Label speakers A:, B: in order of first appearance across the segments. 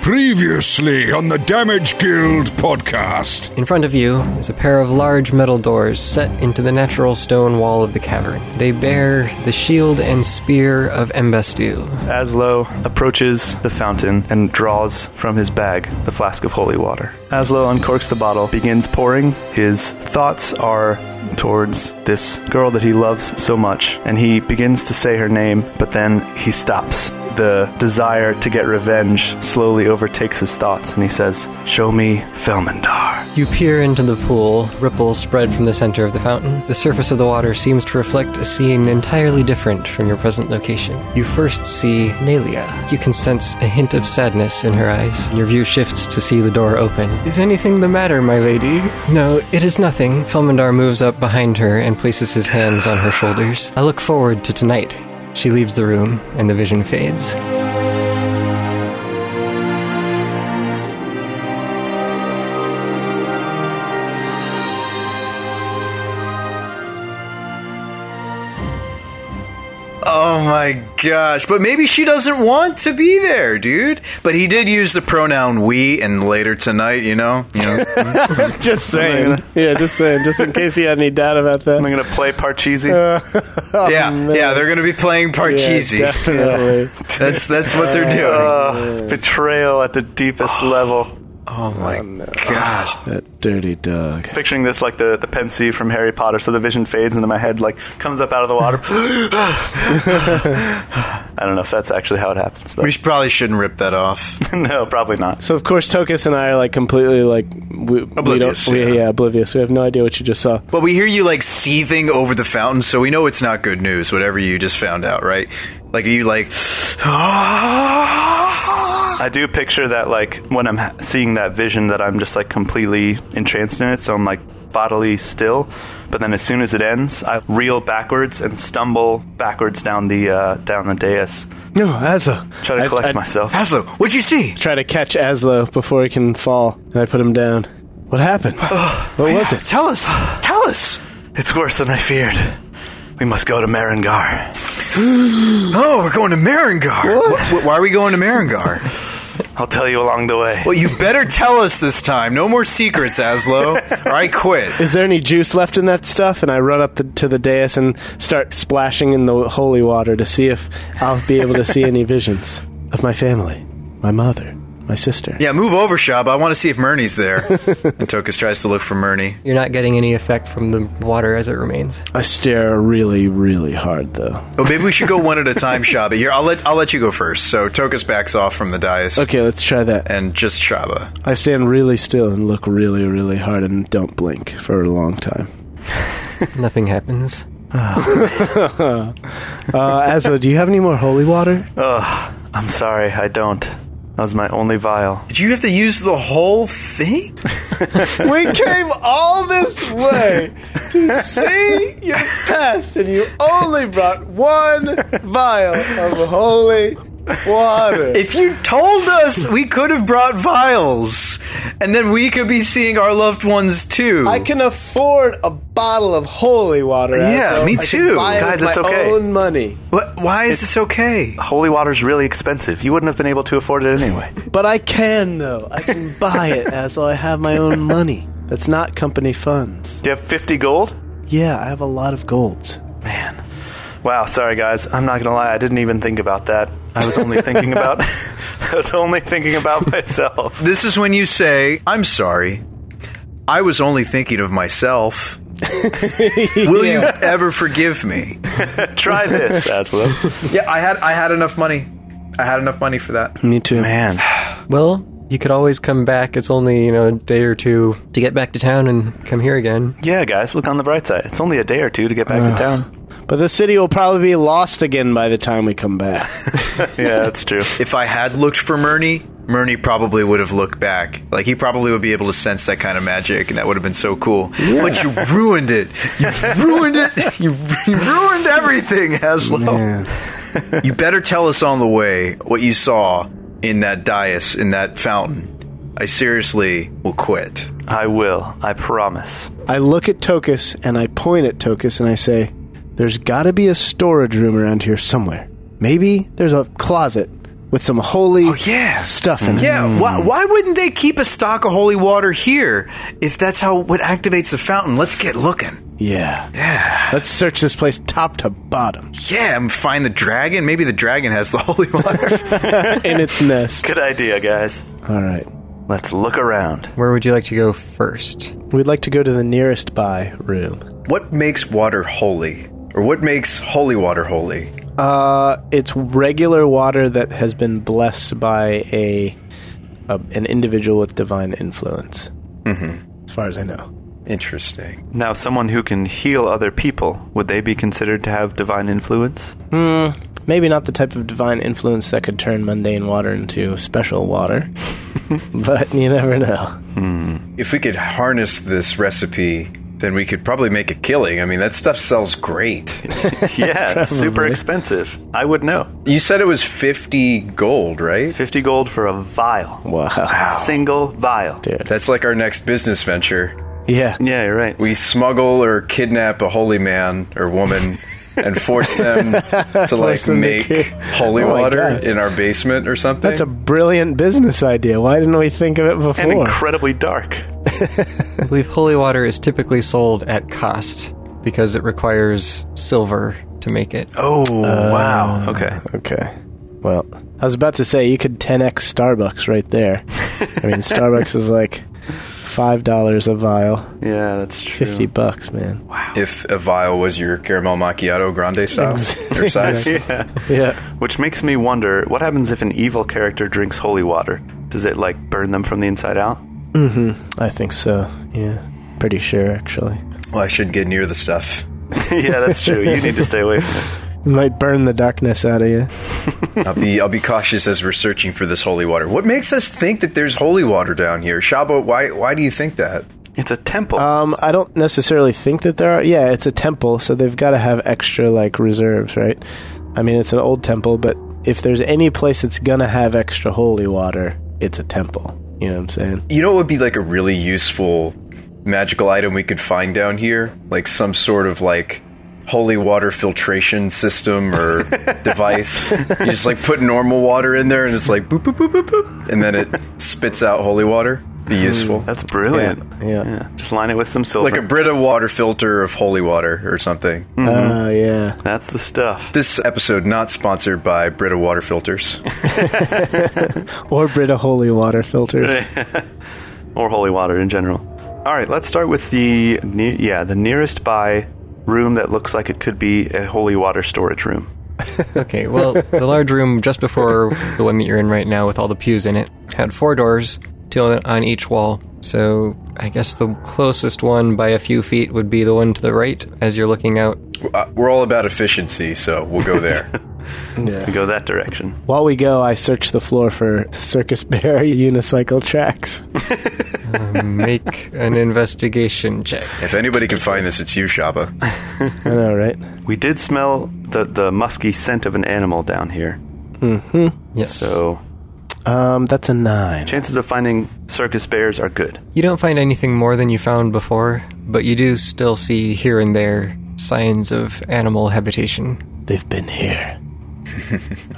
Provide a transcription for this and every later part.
A: Previously on the Damage Guild podcast.
B: In front of you is a pair of large metal doors set into the natural stone wall of the cavern. They bear the shield and spear of Embastil.
C: Aslo approaches the fountain and draws from his bag the flask of holy water. Aslo uncorks the bottle, begins pouring. His thoughts are towards this girl that he loves so much, and he begins to say her name, but then he stops. The desire to get revenge slowly overtakes his thoughts, and he says, Show me Felmandar.
B: You peer into the pool. Ripples spread from the center of the fountain. The surface of the water seems to reflect a scene entirely different from your present location. You first see Nelia. You can sense a hint of sadness in her eyes. Your view shifts to see the door open. Is anything the matter, my lady? No, it is nothing. Felmandar moves up behind her and places his hands on her shoulders. I look forward to tonight. She leaves the room, and the vision fades.
D: Oh my gosh. But maybe she doesn't want to be there, dude. But he did use the pronoun we and later tonight, you know? You know?
E: Just saying. Yeah, just saying. Just in case you had any doubt about
C: I'm
E: that.
C: gonna play Parcheesi.
D: yeah.
E: Oh, man.
D: yeah, they're going to be playing
E: Yeah,
D: Parcheesi.
E: definitely. Oh
D: that's that's what they're doing.
C: Ugh, betrayal at the deepest level.
D: oh my gosh.
E: that dirty dog.
C: Picturing this like the, the Pensee from Harry Potter, so the vision fades into my head, like comes up out of the water. I don't know if that's actually how it happens, but
D: We sh- probably shouldn't rip that off.
C: no, probably not.
E: So of course, Tokus and I are like completely like we, we don't
D: Oblivious,
E: we,
D: yeah.
E: yeah oblivious. We have no idea what you just saw.
D: But we hear you like seething over the fountain, so we know it's not good news, whatever you just found out, right? Like you like
C: I do picture that like when I'm ha- seeing that vision that I'm just like completely entranced in it, so I'm like bodily still. But then as soon as it ends, I reel backwards and stumble backwards down the uh, down the dais,
E: No, Aslo.
C: try to
E: I-
C: collect
E: I
C: myself.
D: Aslo, what'd you see?
E: Try to catch Aslo before he can fall, and I put him down. What happened?
C: Oh,
E: what was it?
D: Tell us. Tell us.
C: It's worse than I feared. We must go to Marengar.
D: Oh, we're going to Marengar.
E: What?
D: Wh- wh- why are we going to Marengar?
C: I'll tell you along the way.
D: Well, you better tell us this time. No more secrets, Aslo, or I quit.
E: Is there any juice left in that stuff? And I run up the, to the dais and start splashing in the holy water to see if I'll be able to see any visions of my family, my mother, my sister.
D: Yeah, move over, Shab. I want to see if Murney's there. And Tokus tries to look for Murney.
B: You're not getting any effect from the water as it remains.
E: I stare really, really hard though.
D: Oh, maybe we should go one at a time, Shaba. Here, I'll let I'll let you go first. So Tokus backs off from the dais,
E: Okay, let's try that.
D: and just Shaba.
E: I stand really still and look really, really hard and don't blink for a long time.
B: Nothing happens.
E: Uh, Azlo, do you have any more holy water?
C: Ugh, I'm sorry, I don't. That was my only vial.
D: Did you have to use the whole thing?
E: we came all this way to see your past, and you only brought one vial of holy water.
D: If you told us, we could have brought vials, and then we could be seeing our loved ones too.
E: I can afford a bottle of holy water.
D: Yeah,
E: Azlo.
D: me
E: I can
D: too.
E: buy it
C: Guys,
E: with
C: it's
E: my
C: okay.
E: own money.
D: What, why is this okay?
C: Holy water's really expensive. You wouldn't have been able to afford it anyway.
E: But I can, though. I can buy it, Azlo. I have my own money. That's not company funds.
C: Do you have 50 gold?
E: Yeah, I have a lot of golds.
C: Man. Wow, sorry guys. I'm not gonna lie, I didn't even think about that. I was only thinking about I was only thinking about myself.
D: This is when you say, I'm sorry. I was only thinking of myself. Will you ever forgive me?
C: Try this, Aslo.
D: Yeah, I had I had enough money. I had enough money for that.
E: Me too.
C: Man.
B: Well, you could always come back. It's only, you know, a day or two to get back to town and come here again.
C: Yeah, guys, look on the bright side. It's only a day or two to get back to town.
E: But the city will probably be lost again by the time we come back.
C: Yeah, that's true.
D: If I had looked for Murney, Murney probably would have looked back. Like he probably would be able to sense that kind of magic, and that would have been so cool. But you ruined it. You ruined it. You, you ruined everything, Haslow. You better tell us on the way what you saw in that dais, in that fountain. I seriously will quit.
C: I will, I promise.
E: I look at Tokus and I point at Tokus and I say, There's gotta be a storage room around here somewhere. Maybe there's a closet with some holy
D: Oh, yeah. Mm.
E: stuff in it.
D: Yeah, why, why wouldn't they keep a stock of holy water here if that's how what activates the fountain? Let's get looking.
E: Yeah.
D: Yeah,
E: Let's search this place top to bottom
D: yeah, and find the dragon. Maybe the dragon has the holy water.
E: in its nest.
C: Good idea, guys.
E: All right.
C: Let's look around.
B: Where would you like to go first?
E: We'd like to go to the nearest by room.
D: what makes water holy, or what makes holy water holy?
E: Uh, it's regular water that has been blessed by a, a an individual with divine influence. Mm-hmm. As far as I know.
D: Interesting.
C: Now, someone who can heal other people, would they be considered to have divine influence?
E: Maybe not the type of divine influence that could turn mundane water into special water, but you never know.
D: If we could harness this recipe, then we could probably make a killing. I mean, that stuff sells great.
C: Yeah, it's super expensive. I would know.
D: You said it was fifty gold, right?
C: 50 gold for a vial.
E: Wow.
C: Single vial.
E: Dude.
D: That's like our next business venture.
E: Yeah.
C: Yeah, you're right.
D: we smuggle or kidnap a holy man or woman and force them to like
E: them to
D: make
E: ki-
D: holy
E: Oh my
D: water
E: God.
D: in our basement or something.
E: That's a brilliant business idea. Why didn't we think of it
C: And
E: before?
C: incredibly dark.
B: I believe holy water is typically sold at cost because it requires silver to make it.
C: Oh,
E: Uh,
C: wow. Okay.
E: okay. Well, I was about to say you could 10x Starbucks right there. I mean, Starbucks is like $5 a vial,
C: Yeah, that's true.
E: 50 bucks, man.
D: if a vial was your caramel macchiato grande style or size.
C: Yeah.
E: Yeah.
C: Which makes me wonder what happens if an evil character drinks holy water? Does it, like, burn them from the inside out?
E: I think so. Yeah. Pretty sure actually.
D: Well, I should get near the stuff.
C: yeah, that's true. You need to stay away from it.
E: It might burn the darkness out of you.
D: I'll be I'll be cautious as we're searching for this holy water. What makes us think that there's holy water down here, Shabo? Why why do you think that?
C: It's a temple.
E: Um, I don't necessarily think that there are. Yeah, it's a temple, so they've got to have extra like reserves, right? I mean, it's an old temple, but if there's any place that's gonna have extra holy water, it's a temple. You know what I'm saying?
D: You know what would be like a really useful magical item we could find down here? Like some sort of like holy water filtration system or device. You just like put normal water in there and it's like boop boop boop boop boop and then it spits out holy water. Be useful.
C: that's brilliant.
E: yeah.
C: Just line it with some silver.
D: Like a Brita water filter of holy water or something.
E: Oh yeah.
C: that's the stuff.
D: This episode not sponsored by Brita water filters.
E: Or Brita holy water filters.
C: or holy water in general. All right, let's start with the ne- yeah the nearest by room that looks like it could be a holy water storage room.
B: Okay, well, the large room just before the one that you're in right now with all the pews in it had four doors, two on each wall. So I guess the closest one by a few feet would be the one to the right as you're looking out.
D: Uh, We're all about efficiency, so we'll go there.
C: We go that direction.
E: While we go, I search the floor for circus bear unicycle tracks.
B: Make an investigation check.
D: if anybody can find this, it's you, Shaba.
E: I know, right?
C: We did smell the the musky scent of an animal down here,
B: Yes.
C: so
E: Um, that's a nine.
C: chances of finding circus bears are good.
B: You don't find anything more than you found before, but you do still see here and there signs of animal habitation.
E: They've been here.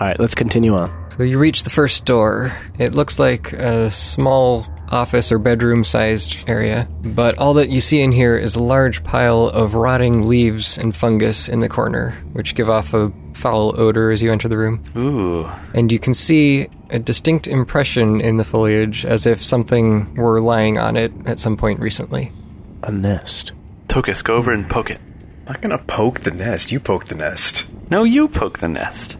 E: All right, let's continue on.
B: So you reach the first door. It looks like a small office or bedroom sized area, but all that you see in here is a large pile of rotting leaves and fungus in the corner, which give off a foul odor as you enter the room.
C: Ooh,
B: And you can see a distinct impression in the foliage as if something were lying on it at some point recently.
E: A nest.
C: Tokus, go over and poke it.
D: not gonna poke the nest. You poke the nest.
C: No, you poke the nest.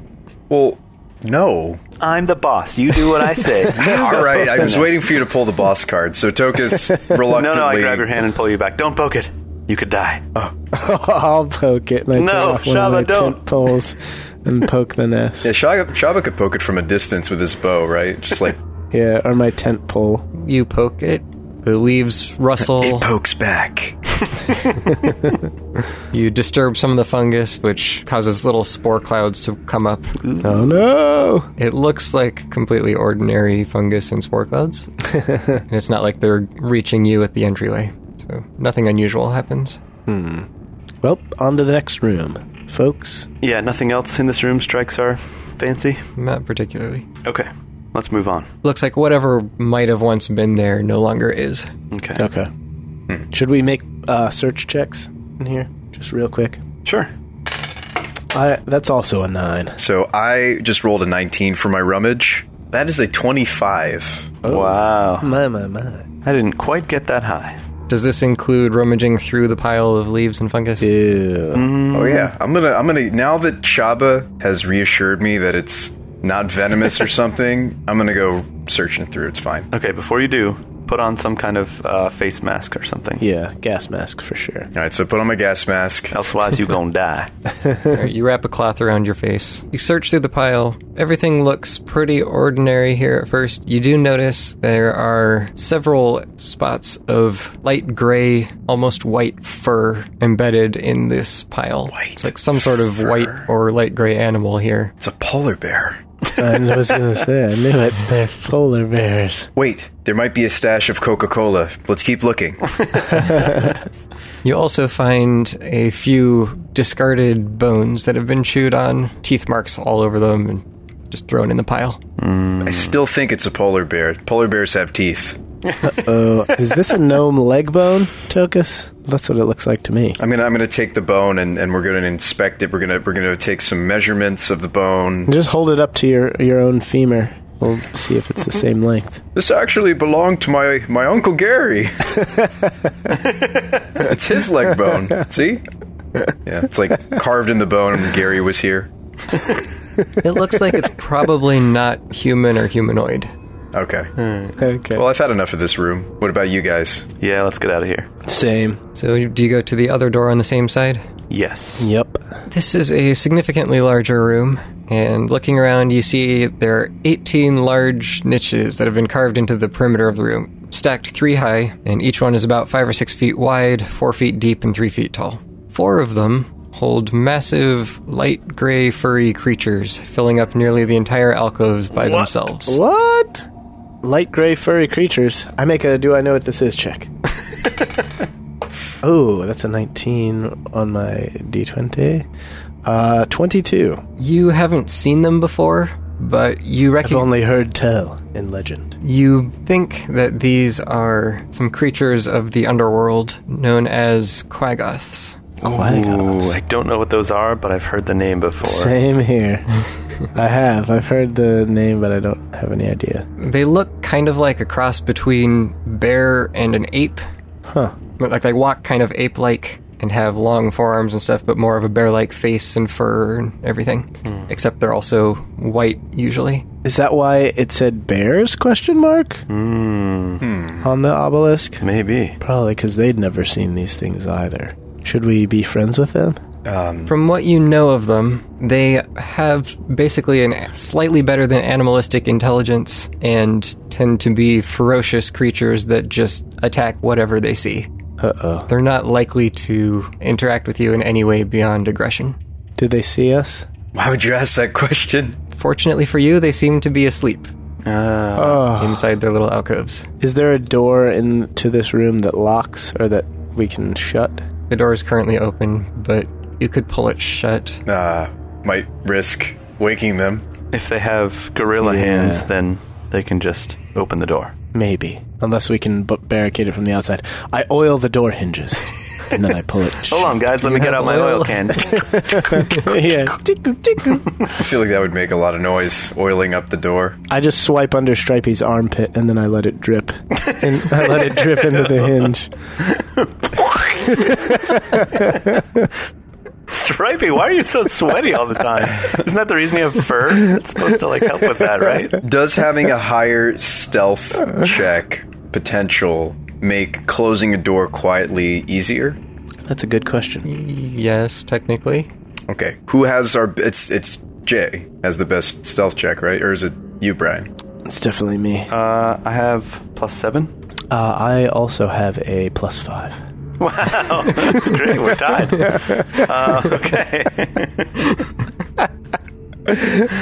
D: Well, no.
C: I'm the boss. You do what I say.
D: All right, I was waiting for you to pull the boss card, so Tokus reluctantly.
C: No, no, I grab your hand and pull you back. Don't poke it. You could die.
E: I'll poke it. And I
C: No,
E: tear off one
C: Shava,
E: of my
C: don't.
E: tent poles and poke the nest.
D: Yeah, Shaba, Shaba could poke it from a distance with his bow, right? Just like
E: Yeah, or my tent pole.
B: You poke it, the leaves rustle.
D: pokes back.
B: You disturb some of the fungus, which causes little spore clouds to come up.
E: Oh no!
B: It looks like completely ordinary fungus and spore clouds. and it's not like they're reaching you at the entryway. So nothing unusual happens.
E: Well, on to the next room, folks.
C: Yeah, nothing else in this room strikes our fancy?
B: Not particularly.
C: Okay, let's move on.
B: Looks like whatever might have once been there no longer is.
C: Okay.
E: Okay.
C: Hmm.
E: Should we make uh, search checks in here? Just real quick.
C: Sure.
E: I, that's also a nine.
D: So I just rolled a 19 for my rummage. That is a 25.
C: Wow.
E: My, my, my.
C: I didn't quite get that high.
B: Does this include rummaging through the pile of leaves and fungus?
C: Hmm.
E: Ew.
D: Oh yeah, I'm gonna I'm gonna now that Chaba has reassured me that it's not venomous or something, I'm gonna go searching through. It's fine.
C: Okay, before you do, put on some kind of uh, face mask or something.
E: Yeah, gas mask for sure.
D: All right, so I put on my gas mask.
C: Elsewise, you gonna die.
B: Alright, you wrap a cloth around your face. You search through the pile. Everything looks pretty ordinary here at first. You do notice there are several spots of light gray, almost white fur embedded in this pile. it's like some sort of white or light gray animal here.
D: It's a polar bear.
E: I was gonna say, I knew it. They're polar bears.
D: Wait, there might be a stash of Coca-Cola. Let's keep looking.
B: You also find a few discarded bones that have been chewed on, teeth marks all over them, and just thrown in the pile.
D: I still think it's a polar bear. Polar bears have teeth.
E: Oh, is this a gnome leg bone, Tokus? That's what it looks like to me.
D: I'm gonna I'm gonna take the bone and, and we're gonna inspect it. We're gonna we're gonna take some measurements of the bone.
E: Just hold it up to your your own femur. We'll see if it's the same length.
D: This actually belonged to my my uncle Gary. it's his leg bone. See? Yeah, it's like carved in the bone. when Gary was here.
B: It looks like it's probably not human or humanoid.
D: Okay.
E: Okay.
D: Well, I've had enough of this room. What about you guys?
C: yeah, let's get out of here.
E: Same.
B: So, do you go to the other door on the same side?
C: Yes.
E: Yep.
B: This is a significantly larger room, and looking around, you see there are 18 large niches that have been carved into the perimeter of the room, stacked three high, and each one is about five or six feet wide, four feet deep, and three feet tall. Four of them hold massive, light gray, furry creatures, filling up nearly the entire alcoves by themselves.
E: What? Light gray furry creatures. I make a do I know what this is check. oh, that's a 19 on my d20. Uh, 22.
B: You haven't seen them before, but you
E: I've
B: recognize.
E: only heard tell in legend.
B: You think that these are some creatures of the underworld known as Quaggoths.
E: Oh my
C: Ooh, I don't know what those are, but I've heard the name before.
E: Same here. I have. I've heard the name, but I don't have any idea.
B: They look kind of like a cross between bear and an ape.
E: Huh.
B: But like they walk kind of ape-like and have long forearms and stuff, but more of a bear-like face and fur and everything. Except they're also white usually.
E: Is that why it said bears? Question mark on the obelisk.
C: Maybe.
E: Probably because they'd never seen these things either. Should we be friends with them?
D: Um,
B: From what you know of them, they have basically an slightly better than animalistic intelligence and tend to be ferocious creatures that just attack whatever they see.
E: Uh oh.
B: They're not likely to interact with you in any way beyond aggression.
E: Did they see us?
D: why would you ask that question?
B: Fortunately for you, they seem to be asleep
C: Uh,
E: Oh.
B: inside their little alcoves.
E: Is there a door into this room that locks or that we can shut?
B: The door is currently open, but you could pull it shut.
D: Uh, might risk waking them.
C: if they have gorilla
E: Yeah.
C: hands, then they can just open the door.
E: Maybe. Unless we can b- barricade it from the outside. I oil the door hinges. and then I pull it.
C: Hold on, guys. Let me
B: you
C: get
B: have
C: out my oil
B: oil?
C: can.
E: yeah. Tickle, tickle.
D: I feel like that would make a lot of noise oiling up the door.
E: I just swipe under Stripey's armpit and then I let it drip. And I let it drip into the hinge.
C: Stripey, why are you so sweaty all the time? Isn't that the reason you have fur? It's supposed to like help with that, right?
D: Does having a higher stealth check potential make closing a door quietly easier?
E: That's a good question.
B: Yes, technically.
D: Okay. Who has our? It's it's Jay has the best stealth check, right? Or is it you, Brian?
E: It's definitely me. Uh,
C: Uh, I have plus seven.
E: I also have a plus five.
C: Wow, that's great. We're tied. Uh, okay.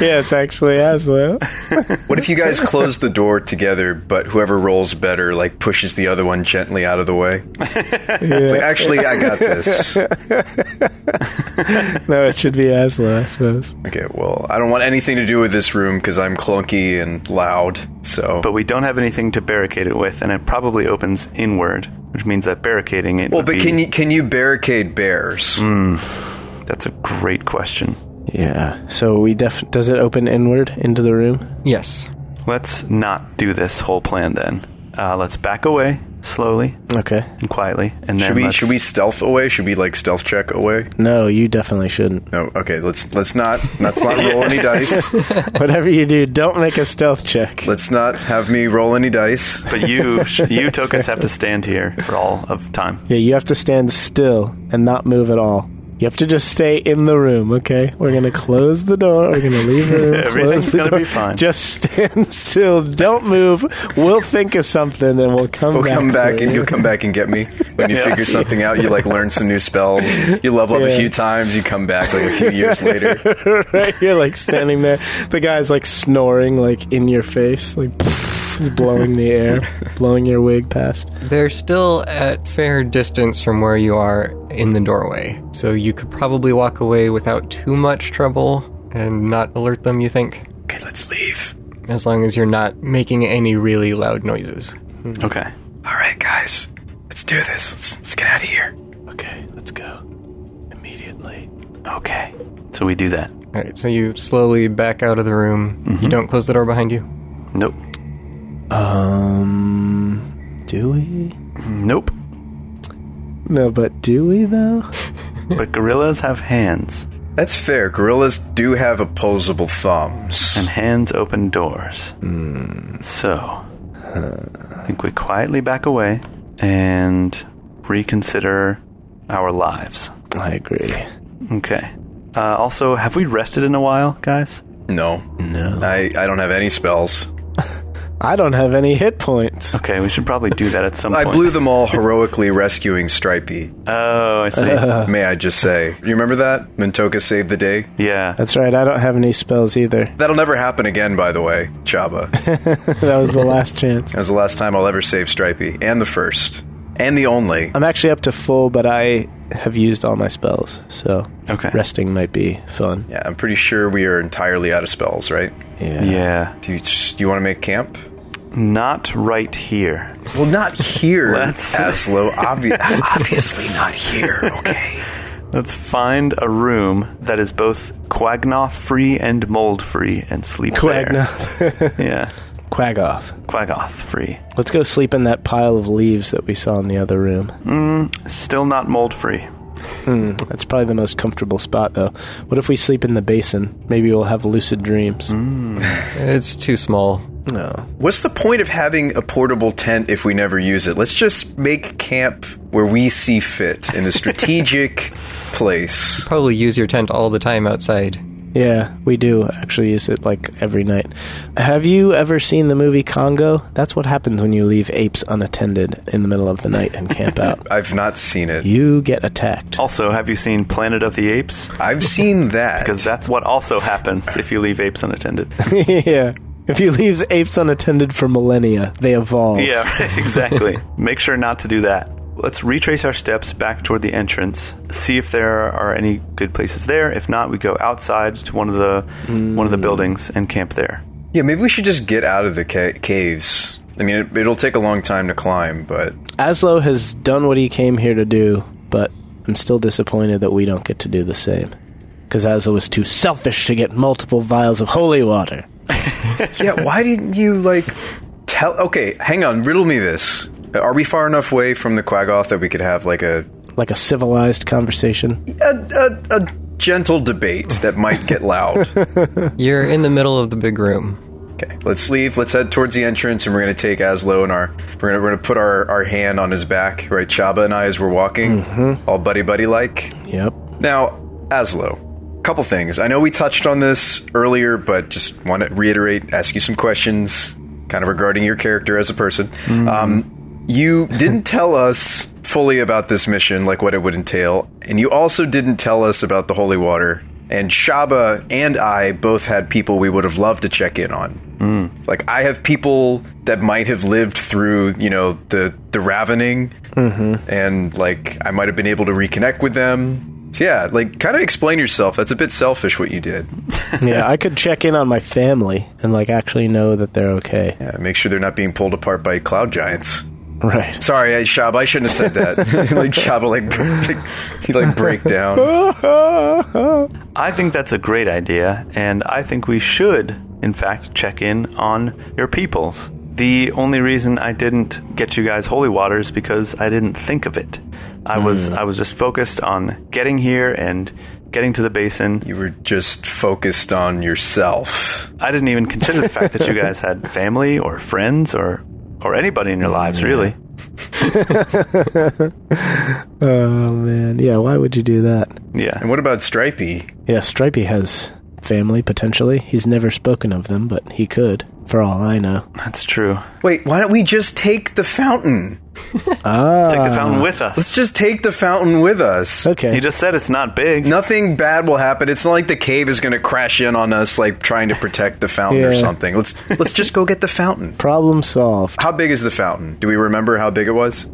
E: Yeah, it's actually Aslo.
D: What if you guys close the door together, but whoever rolls better like pushes the other one gently out of the way? It's like, actually, I got this.
E: No, it should be Aslo, I suppose.
D: Okay, well, I don't want anything to do with this room because I'm clunky and loud. So,
C: But we don't have anything to barricade it with, and it probably opens inward, which means that barricading it.
D: well,
C: would
D: but
C: be-
D: can you can you barricade bears?
C: That's a great question.
E: Yeah. So we def does it open inward into the room?
B: Yes.
C: Let's not do this whole plan then. Uh, let's back away slowly
E: Okay.
C: and quietly, and then
D: Should we
C: let's-
D: should we stealth away? Should we like stealth check away?
E: No, you definitely shouldn't.
D: No. Okay. Let's let's not let's not roll any dice.
E: Whatever you do, don't make a stealth check.
D: Let's not have me roll any dice.
C: But you, sh- you Tokus, have to stand here for all of time.
E: Yeah, you have to stand still and not move at all. You have to just stay in the room, okay? We're gonna close the door. We're gonna leave the room. close
C: Everything's
E: the
C: gonna
E: door.
C: be fine.
E: Just stand still. Don't move. We'll think of something and we'll come
D: We'll
E: back.
D: come back
E: for
D: and
E: you.
D: you'll come back and get me when you
C: Yeah.
D: figure something out. You like learn some new spells. You level up
E: Yeah.
D: a few times. You come back like a few years later.
E: right? You're like standing there. The guy's like snoring, like in your face, like blowing the air, blowing your wig past.
B: They're still at fair distance from where you are in the doorway, so you could probably walk away without too much trouble and not alert them, you think?
D: Okay, let's leave.
B: As long as you're not making any really loud noises.
C: Okay.
D: All right, guys, let's do this. Let's, let's get out of here.
E: Okay, let's go immediately.
C: Okay. So we do that.
B: Alright, so you slowly back out of the room. You don't close the door behind you?
C: Nope.
E: Um, do we?
C: Nope.
E: No, but do we though?
C: But gorillas have hands,
D: That's fair. Gorillas do have opposable thumbs.
C: and hands open doors. So I think we quietly back away and reconsider our lives.
E: I agree.
C: Okay. Uh, also, have we rested in a while, guys?
D: No,
E: No,
D: I I don't have any spells.
E: I don't have any hit points.
C: Okay, we should probably do that at some
D: I
C: point.
D: blew them all heroically rescuing Stripey.
C: Oh, I see.
D: May I just say, you remember that Mentoka saved the day?
C: yeah.
E: That's right. I don't have any spells either.
D: That'll never happen again, by the way, Chaba.
E: That was the last chance.
D: That was the last time I'll ever save Stripey, and the first, and the only.
C: Um,
E: I'm actually up to full, but I have used all my spells, so
C: Okay.
E: resting might be fun.
D: yeah, I'm pretty sure we are entirely out of spells, right?
E: Yeah.
C: Yeah.
D: Do you, do you want to make camp?
C: Not right here.
D: Well, not here,
C: Let's-
D: Aslo. Obvi- obviously not here, okay?
C: Let's find a room that is both quagnoth free and mold free and sleep
E: Quagnoth.
C: there. Yeah.
E: Quag off.
C: Quagoth free.
E: Let's go sleep in that pile of leaves that we saw in the other room.
C: Still not mold free.
E: That's probably the most comfortable spot, though. What if we sleep in the basin? Maybe we'll have lucid dreams.
B: It's too small.
E: No.
D: What's the point of having a portable tent if we never use it? Let's just make camp where we see fit in a strategic place.
B: Probably use your tent all the time outside.
E: Yeah, we do actually use it like every night. Have you ever seen the movie Congo? That's what happens when you leave apes unattended in the middle of the night and camp out.
D: I've not seen it.
E: You get attacked.
C: Also, have you seen Planet of the Apes?
D: I've seen that.
C: Because that's what also happens if you leave apes unattended.
E: yeah. If you leave apes unattended for millennia, they evolve.
C: yeah, exactly. Make sure not to do that. Let's retrace our steps back toward the entrance. See if there are any good places there. If not, we go outside to one of the one of the buildings and camp there.
D: Yeah, maybe we should just get out of the ca- caves. I mean, it, it'll take a long time to climb, but
E: Aslo has done what he came here to do, but I'm still disappointed that we don't get to do the same. Because Aslo was too selfish to get multiple vials of holy water.
D: yeah, why didn't you like tell? Okay, hang on, riddle me this: Are we far enough away from the Quagoth that we could have like a
E: Like a civilized conversation.
D: a, a, a gentle debate that might get loud?
B: You're in the middle of the big room.
D: okay, let's leave. Let's head towards the entrance, and we're gonna take Aslo and our we're gonna we're gonna put our our hand on his back, right? Chaba and I, as we're walking, all buddy buddy like.
E: Yep.
D: Now, Aslo, couple things. I know we touched on this earlier, but just want to reiterate, ask you some questions, kind of regarding your character as a person. Um, you didn't tell us fully about this mission, like what it would entail, and you also didn't tell us about the holy water And Shaba and I both had people we would have loved to check in on. Like I have people that might have lived through, you know, the the ravening, and like I might have been able to reconnect with them. So yeah, like kind of explain yourself. That's a bit selfish what you did.
E: yeah, I could check in on my family and like actually know that they're okay.
D: Yeah, make sure they're not being pulled apart by cloud giants.
E: Right.
D: Sorry, I, Shab, I shouldn't have said that. like Shab, like, like he like break down.
C: I think that's a great idea, and I think we should, in fact, check in on your peoples. The only reason I didn't get you guys holy water is because I didn't think of it. I was
D: Hmm.
C: I was just focused on getting here and getting to the basin.
D: You were just focused on yourself.
C: I didn't even consider the fact that you guys had family or friends or or anybody in your lives, really.
E: Oh man. Yeah, why would you do that?
C: Yeah.
D: And what about Stripey?
E: Yeah, Stripey has family potentially. He's never spoken of them, but he could, for all I know.
C: That's true.
D: Wait, why don't we just take the fountain?
C: Take the fountain with
D: Uh, Let's
C: us.
D: just take the fountain with us.
E: Okay.
C: You just said it's not big.
D: Nothing bad will happen. It's not like the cave is going to crash in on us, like trying to protect the fountain or
E: Yeah.
D: something. Let's let's just go get the fountain.
E: Problem solved.
D: How big is the fountain? Do we remember how big it was?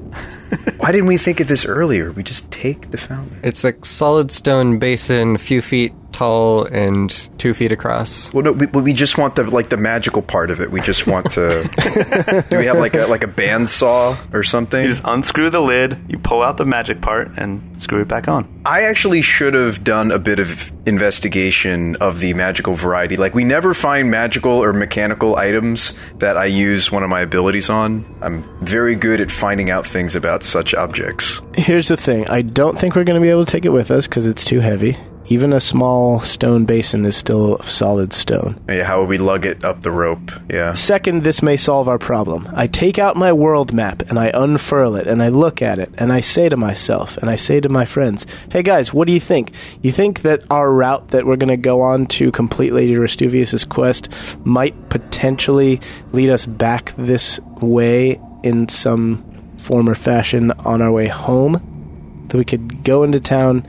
D: Why didn't we think of this earlier? We just take the fountain.
B: It's a solid stone basin, a few feet tall and two feet across.
D: Well, no, we, we just want the like the magical part of it. We just want to. do we have like a like a band saw or something?
C: You just unscrew the lid, you pull out the magic part, and screw it back on.
D: I actually should have done a bit of investigation of the magical variety. Like, we never find magical or mechanical items that I use one of my abilities on. I'm very good at finding out things about such objects.
E: Here's the thing I don't think we're going to be able to take it with us because it's too heavy. Even a small stone basin is still solid stone.
D: Yeah, how would we lug it up the rope? Yeah.
E: Second, this may solve our problem. I take out my world map and I unfurl it and I look at it and I say to myself and I say to my friends, hey guys, what do you think? You think that our route that we're going to go on to complete Lady Restuvius' quest might potentially lead us back this way in some form or fashion on our way home? That we could go into town,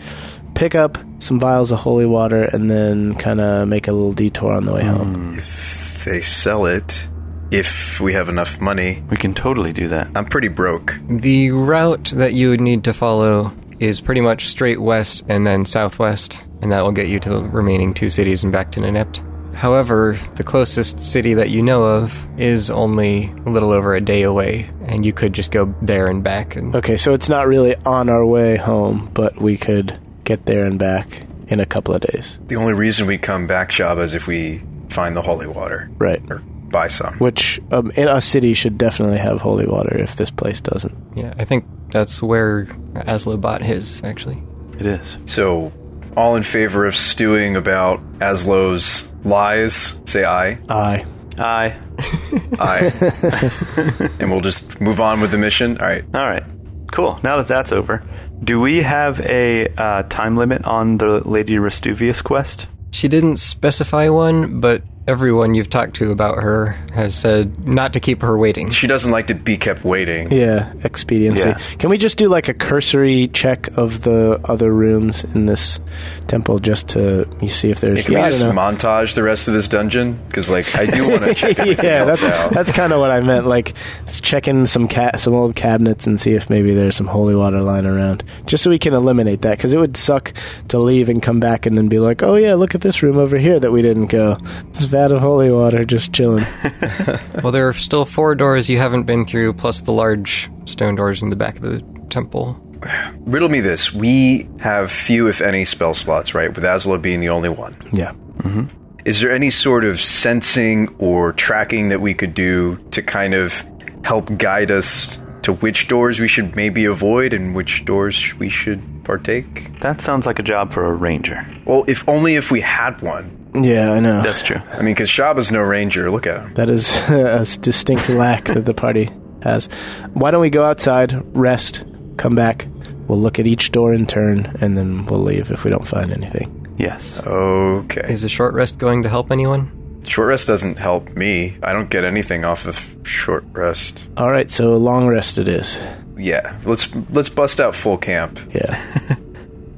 E: pick up some vials of holy water, and then kind of make a little detour on the way home.
D: If they sell it, if we have enough money.
C: We can totally do that.
D: I'm pretty broke.
B: The route that you would need to follow is pretty much straight west and then southwest, and that will get you to the remaining two cities and back to Ninept. However, the closest city that you know of is only a little over a day away, and you could just go there and back. And
E: Okay, so it's not really on our way home, but we could get there and back in a couple of days.
D: The only reason we come back, Shaba, is if we find the holy water
E: Right.
D: or buy some.
E: Which um, in a city should definitely have holy water if this place doesn't.
B: yeah, I think that's where Aslo bought his actually.
C: It is.
D: So, all in favor of stewing about Aslo's lies, say aye.
E: I.
C: Aye.
D: Aye. and we'll just move on with the mission. All right.
C: All right. Cool. Now that that's over, do we have a uh, time limit on the Lady Restuvius quest?
B: She didn't specify one, but everyone you've talked to about her has said not to keep her waiting.
D: She doesn't like to be kept waiting.
E: Yeah, expediency.
C: Yeah.
E: Can we just do like a cursory check of the other rooms in this temple just to see if there's.
D: Can
E: yeah, I
D: we
E: don't
D: just
E: know.
D: montage the rest of this dungeon? Because, like, I do want to check everything
E: yeah,
D: else
E: that's
D: out.
E: that's kind of what I meant. Like, let's check in some ca- some old cabinets and see if maybe there's some holy water lying around, just so we can eliminate that. Because it would suck to leave and come back and then be like, oh yeah, look at this room over here that we didn't go. This vat of holy water just chilling.
B: Well, there are still four doors you haven't been through, plus the large stone doors in the back of the temple.
D: Riddle me this. We have few, if any, spell slots, right? With Aslo being the only one.
E: yeah.
D: Is there any sort of sensing or tracking that we could do to kind of help guide us to which doors we should maybe avoid and which doors we should partake?
C: That sounds like a job for a ranger.
D: Well, if only if we had one.
E: Yeah, I know.
C: That's true.
D: I mean, because Shaba's no ranger. Look at him.
E: That is a distinct lack that the party has. Why don't we go outside, rest, come back? We'll look at each door in turn, and then we'll leave if we don't find anything.
C: Yes.
D: Okay.
B: Is a short rest going to help anyone?
D: Short rest doesn't help me. I don't get anything off of short rest.
E: All right, so a long rest it is.
D: Yeah. Let's let's bust out full camp.
E: Yeah.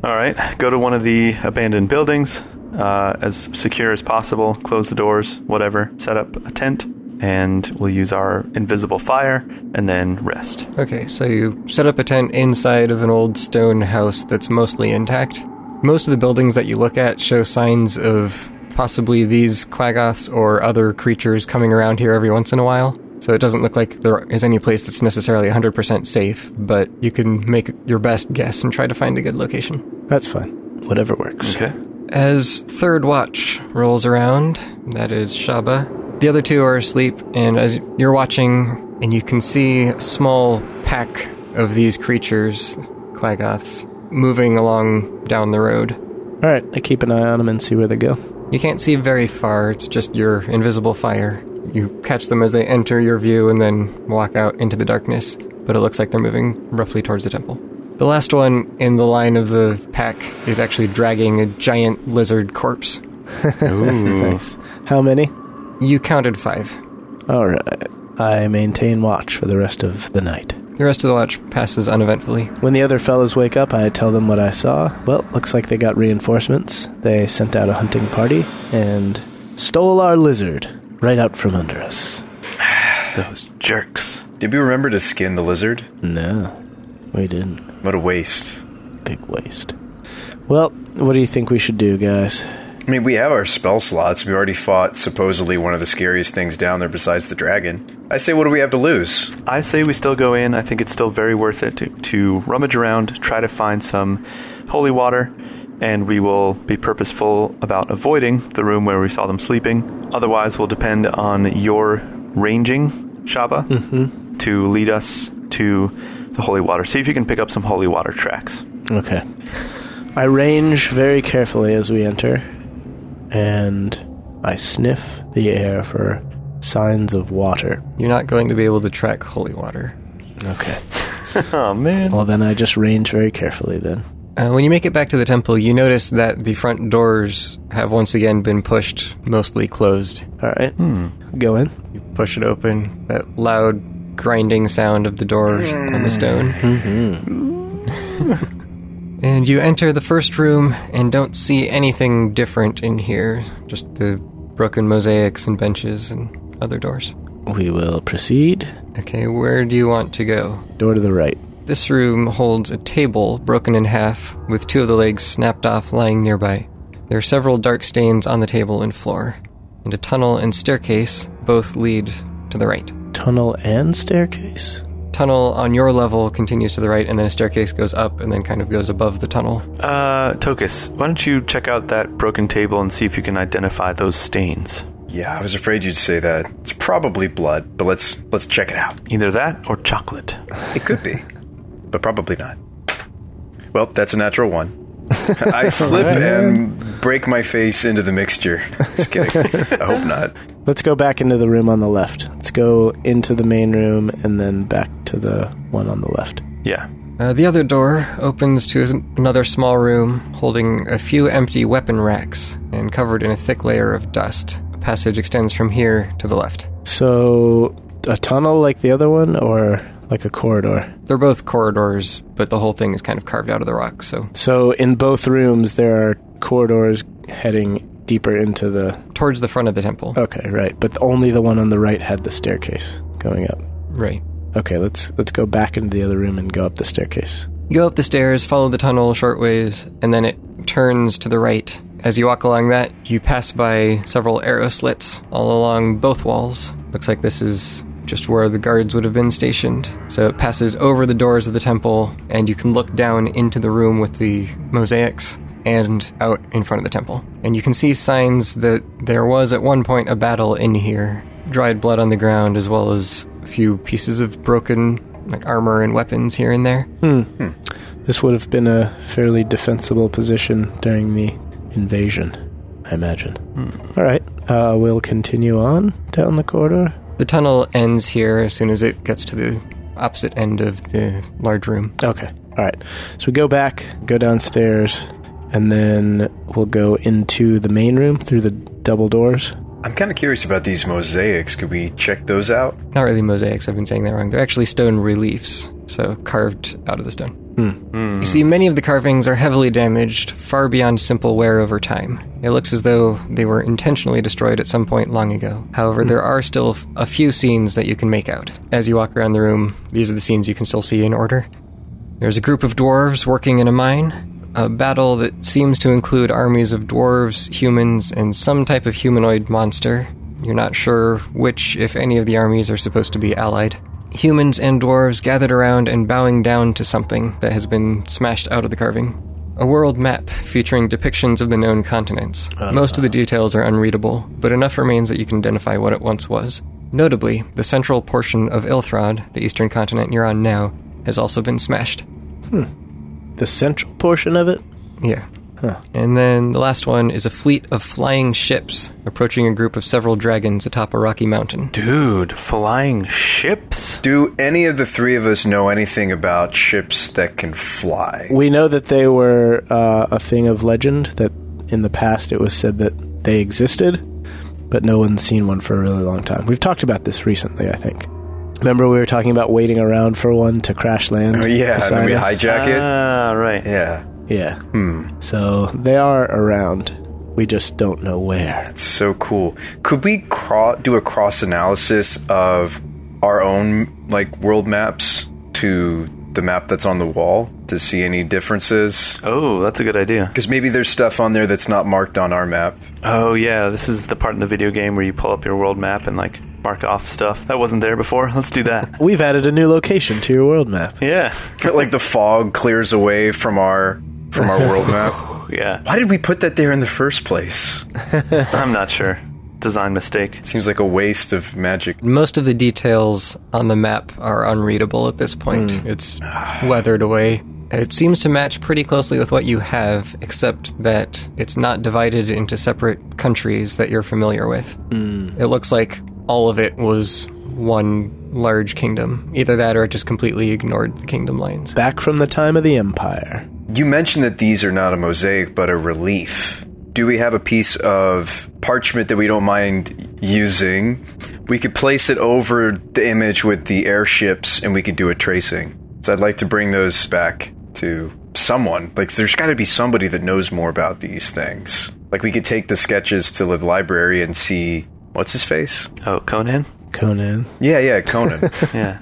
C: All right. Go to one of the abandoned buildings. uh, as secure as possible, close the doors, whatever, set up a tent, and we'll use our invisible fire and then rest.
B: Okay, so you set up a tent inside of an old stone house that's mostly intact. Most of the buildings that you look at show signs of possibly these quaggoths or other creatures coming around here every once in a while. So it doesn't look like there is any place that's necessarily 100% safe, but you can make your best guess and try to find a good location.
E: That's fine. Whatever works.
C: Okay.
B: As Third Watch rolls around, that is Shaba, the other two are asleep, and as you're watching, and you can see a small pack of these creatures, Quaggoths, moving along down the road.
E: All right, I keep an eye on them and see where they go.
B: You can't see very far, it's just your invisible fire. You catch them as they enter your view and then walk out into the darkness, but it looks like they're moving roughly towards the temple. The last one in the line of the pack is actually dragging a giant lizard corpse.
E: Nice. How many?
B: You counted five.
E: All right. I maintain watch for the rest of the night.
B: The rest of the watch passes uneventfully.
E: When the other fellows wake up, I tell them what I saw. Well, looks like they got reinforcements. They sent out a hunting party and stole our lizard right out from under us.
C: Those jerks.
D: Did we remember to skin the lizard?
E: No, we didn't.
D: What a waste.
E: Big waste. Well, what do you think we should do, guys?
D: I mean, we have our spell slots. We already fought supposedly one of the scariest things down there besides the dragon. I say, what do we have to lose?
C: I say we still go in. I think it's still very worth it to, to rummage around, try to find some holy water, and we will be purposeful about avoiding the room where we saw them sleeping. Otherwise, we'll depend on your ranging, Shaba, to lead us to the holy water. See if you can pick up some holy water tracks.
E: Okay. I range very carefully as we enter, and I sniff the air for signs of water.
B: You're not going to be able to track holy water.
E: Okay.
C: Oh, man.
E: Well, then I just range very carefully then.
B: Uh, when you make it back to the temple, you notice that the front doors have once again been pushed, mostly closed.
E: All right. Go in.
B: You push it open, that loud grinding sound of the door on the stone. and you enter the first room and don't see anything different in here, just the broken mosaics and benches and other doors.
E: We will proceed.
B: Okay, where do you want to go?
E: Door to the right.
B: This room holds a table broken in half, with two of the legs snapped off lying nearby. There are several dark stains on the table and floor, and a tunnel and staircase both lead to the right.
E: Tunnel and staircase.
B: Tunnel on your level continues to the right, and then a staircase goes up and then kind of goes above the tunnel.
C: Uh, Tokus, why don't you check out that broken table and see if you can identify those stains?
D: Yeah, I was afraid you'd say that. It's probably blood, but let's let's check it out.
C: Either that or chocolate.
D: It could be, but probably not. Well, that's a natural one. I slip and break my face into the mixture. Just kidding. I hope not.
E: Let's go back into the room on the left. Let's go into the main room and then back to the one on the left.
C: Yeah.
B: Uh, the other door opens to s- another small room holding a few empty weapon racks and covered in a thick layer of dust. A passage extends from here to the left.
E: So, a tunnel like the other one, or like a corridor?
B: They're both corridors, but the whole thing is kind of carved out of the rock, so
E: So, in both rooms, there are corridors heading deeper into the.
B: towards the front of the temple.
E: Okay, right. But only the one on the right had the staircase going up.
B: Right.
E: Okay, let's let's go back into the other room and go up the staircase.
B: You go up the stairs, follow the tunnel short ways, and then it turns to the right. As you walk along that, you pass by several arrow slits all along both walls. Looks like this is just where the guards would have been stationed. So it passes over the doors of the temple, and you can look down into the room with the mosaics and out in front of the temple. And you can see signs that there was at one point a battle in here. Dried blood on the ground, as well as a few pieces of broken like armor and weapons here and there.
E: This would have been a fairly defensible position during the invasion, I imagine. All right, uh, we'll continue on down the corridor.
B: The tunnel ends here as soon as it gets to the opposite end of the large room.
E: Okay. All right. So we go back, go downstairs, and then we'll go into the main room through the double doors.
D: I'm kind of curious about these mosaics. Could we check those out?
B: Not really mosaics, I've been saying that wrong. They're actually stone reliefs, so carved out of the stone. You see, many of the carvings are heavily damaged, far beyond simple wear over time. It looks as though they were intentionally destroyed at some point long ago. However, there are still f- a few scenes that you can make out. As you walk around the room, these are the scenes you can still see in order. There's a group of dwarves working in a mine, a battle that seems to include armies of dwarves, humans, and some type of humanoid monster. You're not sure which, if any, of the armies are supposed to be allied. Humans and dwarves gathered around and bowing down to something that has been smashed out of the carving. A world map featuring depictions of the known continents. Most of the details are unreadable, but enough remains that you can identify what it once was. Notably, the central portion of Ilthrod, the eastern continent you're on now, has also been smashed.
E: The central portion of it?
B: Yeah.
E: Huh.
B: And then the last one is a fleet of flying ships approaching a group of several dragons atop a rocky mountain.
C: Dude, flying ships?
D: Do any of the three of us know anything about ships that can fly?
E: We know that they were uh, a thing of legend, that in the past it was said that they existed, but no one's seen one for a really long time. We've talked about this recently, I think. Remember we were talking about waiting around for one to crash land?
D: Oh, yeah, and then
E: beside
D: we Hmm.
E: us?
D: hijack
C: Ah, right.
D: it. Yeah,
E: Yeah. So they are around. We just don't know where.
D: it's so cool. Could we cro- do a cross analysis of our own like world maps to the map that's on the wall to see any differences?
C: Oh, that's a good idea.
D: Because maybe there's stuff on there that's not marked on our map.
C: Oh, yeah, this is the part in the video game where you pull up your world map and, like, mark off stuff. That wasn't there before. Let's do that.
E: We've added a new location to your world map.
C: yeah.
D: like the fog clears away from our from our world map.
C: Yeah.
D: Why did we put that there in the first place?
C: I'm not sure. Design mistake.
D: It seems like a waste of magic.
B: Most of the details on the map are unreadable at this point. It's weathered away. It seems to match pretty closely with what you have, except that it's not divided into separate countries that you're familiar with. It looks like all of it was one large kingdom. Either that or it just completely ignored the kingdom lines.
E: Back from the time of the Empire.
D: You mentioned that these are not a mosaic, but a relief. Do we have a piece of parchment that we don't mind using? We could place it over the image with the airships and we could do a tracing. So I'd like to bring those back to someone. Like, there's got to be somebody that knows more about these things. Like, we could take the sketches to the library and see what's his face?
C: Oh, Conan?
E: Conan.
D: Yeah, yeah, Conan.
C: Yeah.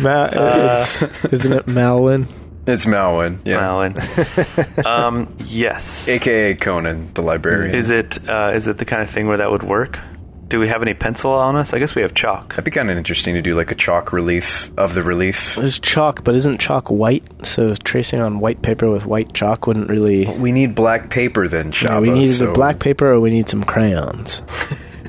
E: Ma-
D: Uh.
E: it's- isn't it Malwin?
D: it's Malwin. Yeah.
C: Alan. um, yes.
D: AKA Conan, the librarian.
C: Is it uh, is it the kind of thing where that would work? Do we have any pencil on us? I guess we have chalk.
D: That'd be kind of interesting to do like a chalk relief of the relief.
E: There's chalk, but isn't chalk white? So tracing on white paper with white chalk wouldn't really.
D: We need black paper then, Chavo.
E: No, we need
D: Oh, so-
E: either black paper or we need some crayons.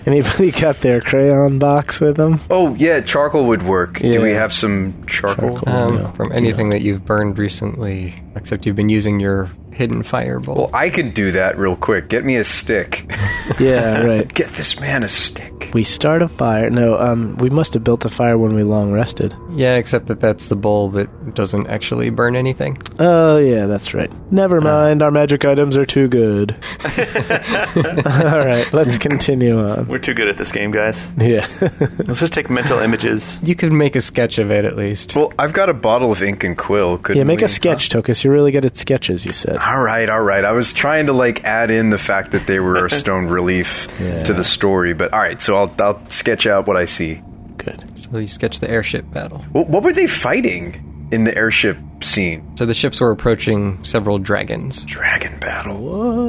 E: Anybody got their crayon box with them?
D: Oh yeah, charcoal would work.
E: Yeah.
D: Do we have some charcoal?
E: Charcoal.
B: Um,
E: Yeah.
B: From anything that you've burned recently, except you've been using your hidden firebolt.
D: Well, I could do that real quick. Get me a stick.
E: Yeah, right.
D: Get this man a stick.
E: We start a fire. No, um, we must have built a fire when we long rested.
B: Yeah, except that that's the bowl that doesn't actually burn anything.
E: Oh, yeah, that's right. Never mind, our magic items are too good. All right, let's continue on.
C: We're too good at this game, guys.
E: Yeah.
C: Let's just take mental images.
B: You could make a sketch of it at least.
D: Well, I've got a bottle of ink and quill. Couldn't
E: yeah, make
D: we?
E: a sketch, Tokus. You're really good at sketches, you said.
D: All right, all right. I was trying to like add in the fact that they were a stone relief
E: Yeah.
D: to the story, but all right. So I'll I'll sketch out what I see.
E: Good.
B: So you sketch the airship battle.
D: What, what were they fighting in the airship scene?
B: So the ships were approaching several dragons.
D: Dragon battle.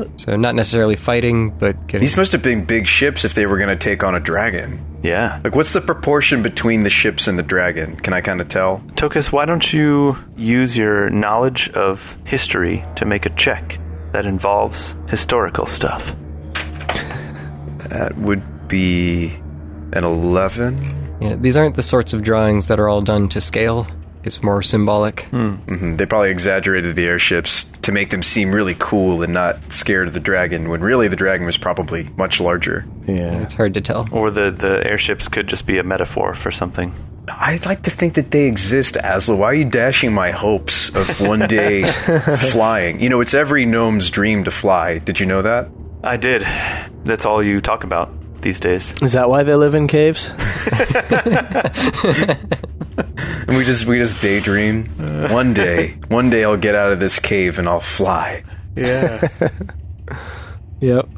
E: What?
B: So not necessarily fighting, but getting.
D: These must have been big ships if they were going to take on a dragon.
C: Yeah.
D: Like, what's the proportion between the ships and the dragon? Can I kind of tell?
C: Tokus, why don't you use your knowledge of history to make a check that involves historical stuff?
D: That would be an 11.
B: Yeah, these aren't the sorts of drawings that are all done to scale. It's more symbolic.
D: hmm They probably exaggerated the airships to make them seem really cool and not scared of the dragon, when really the dragon was probably much larger.
E: Yeah.
B: It's hard to tell.
C: Or the, the airships could just be a metaphor for something.
D: I'd like to think that they exist, Asla. Why are you dashing my hopes of one day flying? You know, it's every gnome's dream to fly. Did you know that?
C: I did. That's all you talk about these days.
E: Is that why they live in caves?
D: And we just we just daydream. One day, one day I'll get out of this cave and I'll fly.
C: Yeah.
E: Yep.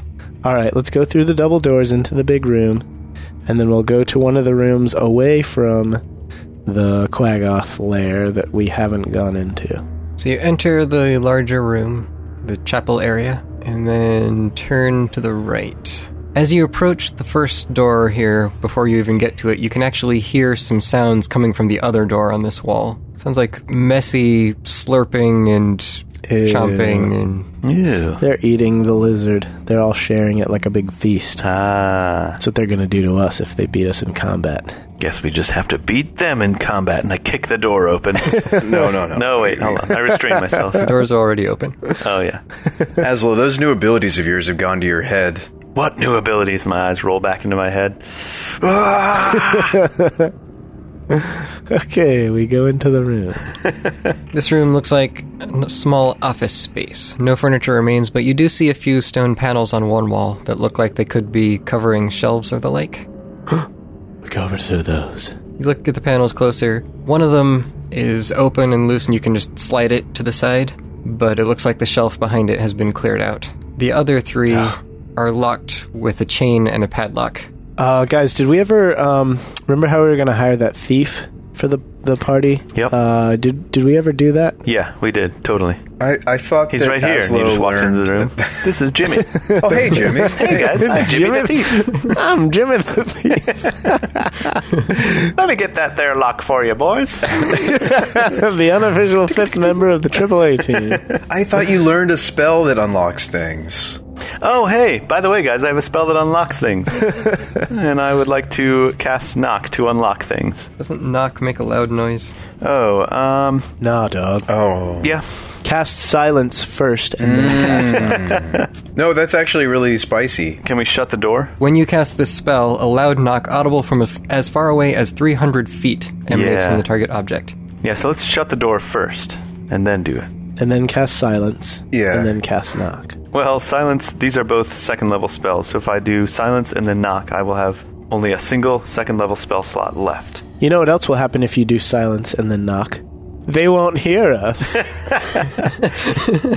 E: All right, let's go through the double doors into the big room, and then we'll go to one of the rooms away from the Quagoth lair that we haven't gone into.
B: So you enter the larger room, the chapel area, and then turn to the right. As you approach the first door here, before you even get to it, you can actually hear some sounds coming from the other door on this wall. Sounds like messy slurping and
E: Ew.
B: chomping and
C: Ew.
E: They're eating the lizard. They're all sharing it like a big feast.
C: Ah,
E: That's what they're going to do to us if they beat us in combat.
C: guess we just have to beat them in combat, and I kick the door open.
D: No, no, no.
C: no, wait, hold on. I restrain myself.
B: doors are already open.
C: Oh, yeah.
D: Aslo, those new abilities of yours have gone to your head.
C: What new abilities? My eyes roll back into my head. Ah!
E: Okay, we go into the room.
B: This room looks like a small office space. No furniture remains, but you do see a few stone panels on one wall that look like they could be covering shelves or the like.
E: We go over through those.
B: You look at the panels closer. One of them is open and loose, and you can just slide it to the side, but it looks like the shelf behind it has been cleared out. The other three are locked with a chain and a padlock.
E: Uh, guys, did we ever um, remember how we were going to hire that thief for the the party?
C: Yep.
E: Uh, did did we ever do that?
C: yeah, we did. Totally.
D: I, I thought
C: He's right here. and He just walks into the room. This is Jimmy.
D: Oh, hey, Jimmy.
C: hey, guys. I'm Jimmy the Thief.
E: I'm Jimmy the thief.
C: Let me get that there lock for you, boys.
E: the unofficial fifth member of the AAA team.
D: I thought you learned a spell that unlocks things.
C: oh, hey, by the way, guys, I have a spell that unlocks things. and I would like to cast Knock to unlock things.
B: Doesn't knock make a loud noise?
C: Oh, um,
E: Nah, dog.
D: Oh.
C: yeah.
E: Cast silence first, and then
D: No, that's actually really spicy.
C: Can we shut the door?
B: When you cast this spell, a loud knock audible from a f- as far away as 300 feet emanates
C: Yeah.
B: from the target object.
C: Yeah, so let's shut the door first and then do it.
E: and then cast silence.
D: Yeah.
E: And then cast knock.
C: Well, silence, these are both second level spells, so if I do silence and then knock, I will have only a single second level spell slot left.
E: You know what else will happen if you do silence and then knock? They won't hear us.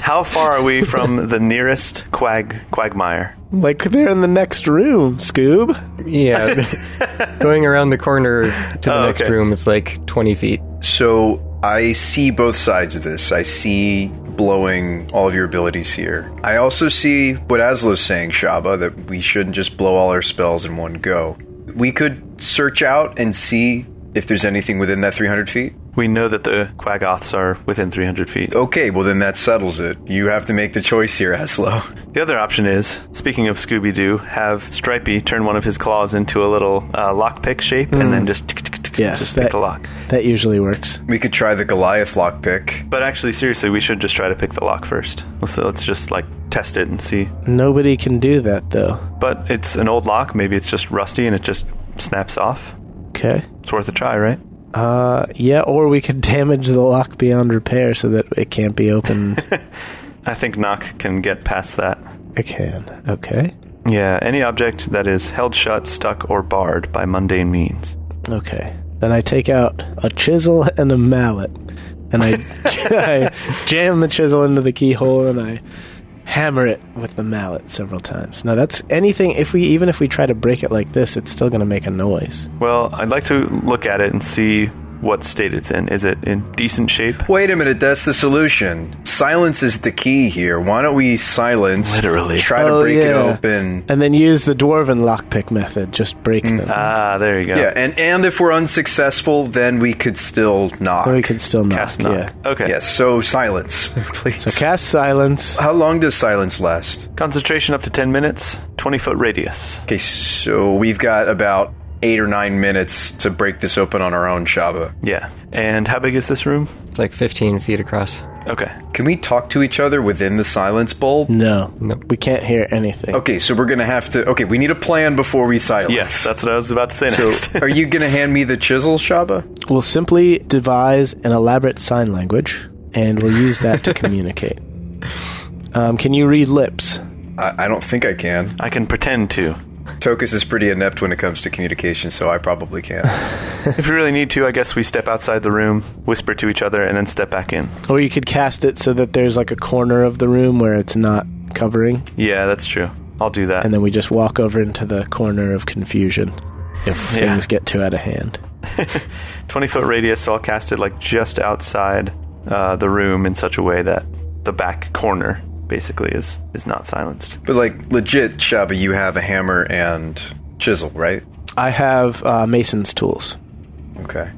C: How far are we from the nearest quag quagmire?
E: like they're in the next room, Scoob.
B: Yeah. Going around the corner to the
C: Oh,
B: next
C: okay.
B: room, it's like 20 feet.
D: So I see both sides of this. I see blowing all of your abilities here. I also see what Aslo's saying, Shaba, that we shouldn't just blow all our spells in one go. We could search out and see if there's anything within that 300 feet.
C: We know that the quagoths are within 300 feet.
D: Okay, well then that settles it. You have to make the choice here, Aslo.
C: The other option is, speaking of Scooby Doo, have Stripey turn one of his claws into a little uh, lockpick shape and then just, tick, tick, tick, tick,
E: Mm. Yes,
C: just pick
E: that-
C: the lock.
E: That usually works.
D: We could try the Goliath lockpick.
C: But actually, seriously, we should just try to pick the lock first. So let's just like test it and see.
E: Nobody can do that though.
C: But it's an old lock. Maybe it's just rusty and it just snaps off.
E: Okay.
C: It's worth a try, right?
E: Uh, yeah, or we could damage the lock beyond repair so that it can't be opened
C: I think Knock can get past that.
E: again. Okay.
C: Yeah, any object that is held shut, stuck, or barred by mundane means.
E: Okay. Then I take out a chisel and a mallet, and I, I jam the chisel into the keyhole and I hammer it with the mallet several times. Now that's anything. If we even if we try to break it like this, it's still going to make a noise.
C: Well, I'd like to look at it and see what state it's in. Is it in decent shape?
D: Wait a minute, that's the solution. Silence is the key here. Why don't we silence?
C: Literally.
D: Try to
E: Oh,
D: break it
E: yeah.
D: open. Mm,
E: And then use the dwarven lockpick method. Just break them.
C: Ah, there you go.
D: Yeah, and, and if we're unsuccessful, then we could still knock.
E: Then we can still knock.
C: Cast knock.
E: Yeah.
C: Okay.
D: Yes, so silence, please.
E: So cast silence.
D: How long does silence last?
C: Concentration up to 10 minutes, 20 foot radius.
D: Okay, so we've got about eight or nine minutes to break this open on our own, Shaba.
C: Yeah. And how big is this room?
B: It's like 15 feet across.
C: Okay.
D: Can we talk to each other within the silence bulb?
E: No.
B: Nope.
E: We can't hear anything.
D: Okay, so we're gonna have to. Okay, we need a plan before we silence.
C: Yes, that's what I was about to say
D: So,
C: next.
D: are you gonna hand me the chisel, Shaba?
E: We'll simply devise an elaborate sign language, and we'll use that to communicate. Um, can you read lips?
D: I, I don't think I can.
C: I can pretend to.
D: Tokus is pretty inept when it comes to communication, so I probably can.
C: If we really need to, I guess we step outside the room, whisper to each other, and then step back in.
E: Or you could cast it so that there's like a corner of the room where it's not covering,
C: Yeah, that's true. I'll do that.
E: and then we just walk over into the corner of confusion if
C: Yeah.
E: things get too out of hand.
C: 20 foot radius, so I'll cast it like just outside uh, the room in such a way that the back corner basically is is not silenced.
D: But like legit, Shaba, you have a hammer and chisel, right?
E: I have uh, Mason's tools.
D: Okay,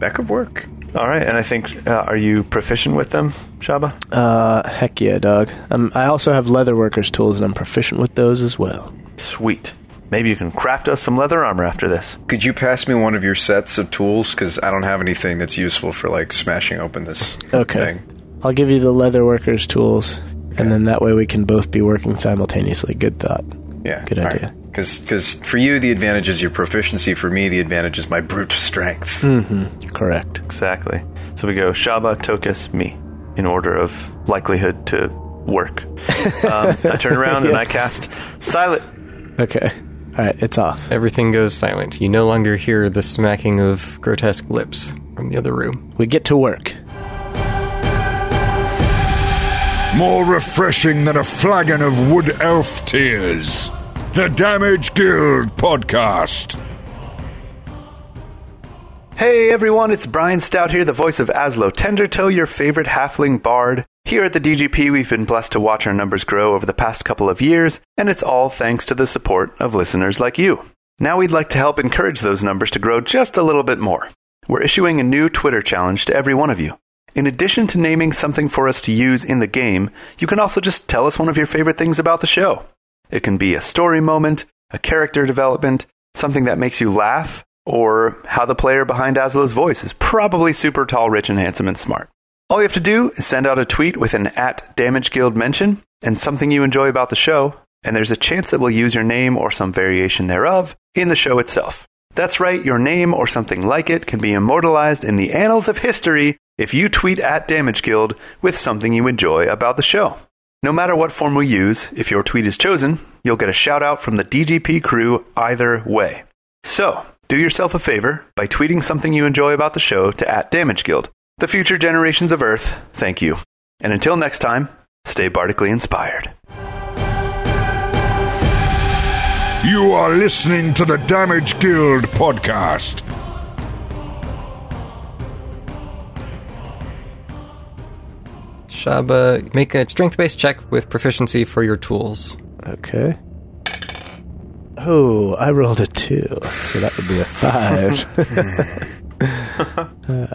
D: that could work.
C: All right, and I think uh, are you proficient with them, Shaba?
E: Uh, heck yeah, dog. Um, I also have leatherworker's tools, and I'm proficient with those as well.
C: Sweet. Maybe you can craft us some leather armor after this.
D: Could you pass me one of your sets of tools? Because I don't have anything that's useful for like smashing open this
E: Okay.
D: thing.
E: I'll give you the leatherworker's tools, and then that way we can both be working simultaneously. Good thought.
D: Yeah,
E: Good idea.
D: Because for you the advantage is your proficiency. For me the advantage is my brute strength.
E: Correct.
C: Exactly. So we go Shaba, Tokus, me, in order of likelihood to work. Um, I turn around and I cast silent.
E: Okay. All right, it's off.
B: Everything goes silent. You no longer hear the smacking of grotesque lips from the other room.
E: We get to work.
A: More refreshing than a flagon of wood elf tears. The Damage Guild Podcast.
C: Hey everyone, it's Brian Stout here, the voice of Aslo Tendertoe, your favorite halfling bard. Here at the DGP, we've been blessed to watch our numbers grow over the past couple of years, and it's all thanks to the support of listeners like you. Now we'd like to help encourage those numbers to grow just a little bit more. We're issuing a new Twitter challenge to every one of you. In addition to naming something for us to use in the game, you can also just tell us one of your favorite things about the show. It can be a story moment, a character development, something that makes you laugh, or how the player behind Aslo's voice is probably super tall, rich, and handsome and smart. All you have to do is send out a tweet with an at Damage Guild mention and something you enjoy about the show, and there's a chance that we'll use your name or some variation thereof in the show itself. That's right, your name or something like it can be immortalized in the annals of history if you tweet at Damage Guild with something you enjoy about the show. No matter what form we use, if your tweet is chosen, you'll get a shout out from the DGP crew either way. So, do yourself a favor by tweeting something you enjoy about the show to at Damage Guild. The future generations of Earth, thank you. And until next time, stay bardically inspired.
A: You are listening to the Damage Guild Podcast.
B: Shaba, make a strength based check with proficiency for your tools.
E: Okay. Oh, I rolled a two, so that would be a five. Uh,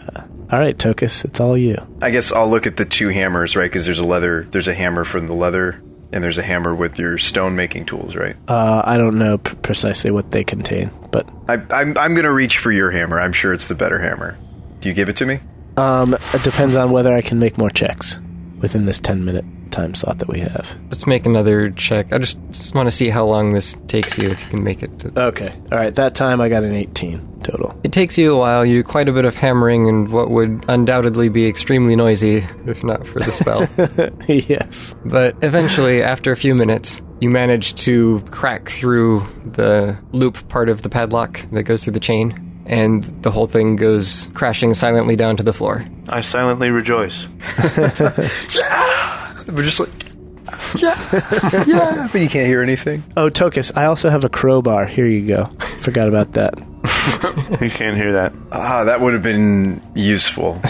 E: all right, Tokus, it's all you.
D: I guess I'll look at the two hammers, right? Because there's a leather, there's a hammer from the leather, and there's a hammer with your stone making tools, right?
E: Uh, I don't know p- precisely what they contain, but
D: I, I'm I'm gonna reach for your hammer. I'm sure it's the better hammer. Do you give it to me?
E: um, it depends on whether I can make more checks within this 10 minute time slot that we have.
B: Let's make another check. I just, just want to see how long this takes you if you can make it. To...
E: Okay. All right, that time I got an 18 total.
B: It takes you a while. You do quite a bit of hammering and what would undoubtedly be extremely noisy if not for the spell.
E: yes.
B: But eventually, after a few minutes, you manage to crack through the loop part of the padlock that goes through the chain, and the whole thing goes crashing silently down to the floor.
C: I silently rejoice.
D: We're just like, yeah, yeah, but you can't hear anything.
E: Oh, Tokus, I also have a crowbar. Here you go. Forgot about that.
C: You can't hear that.
D: Ah, that would have been useful,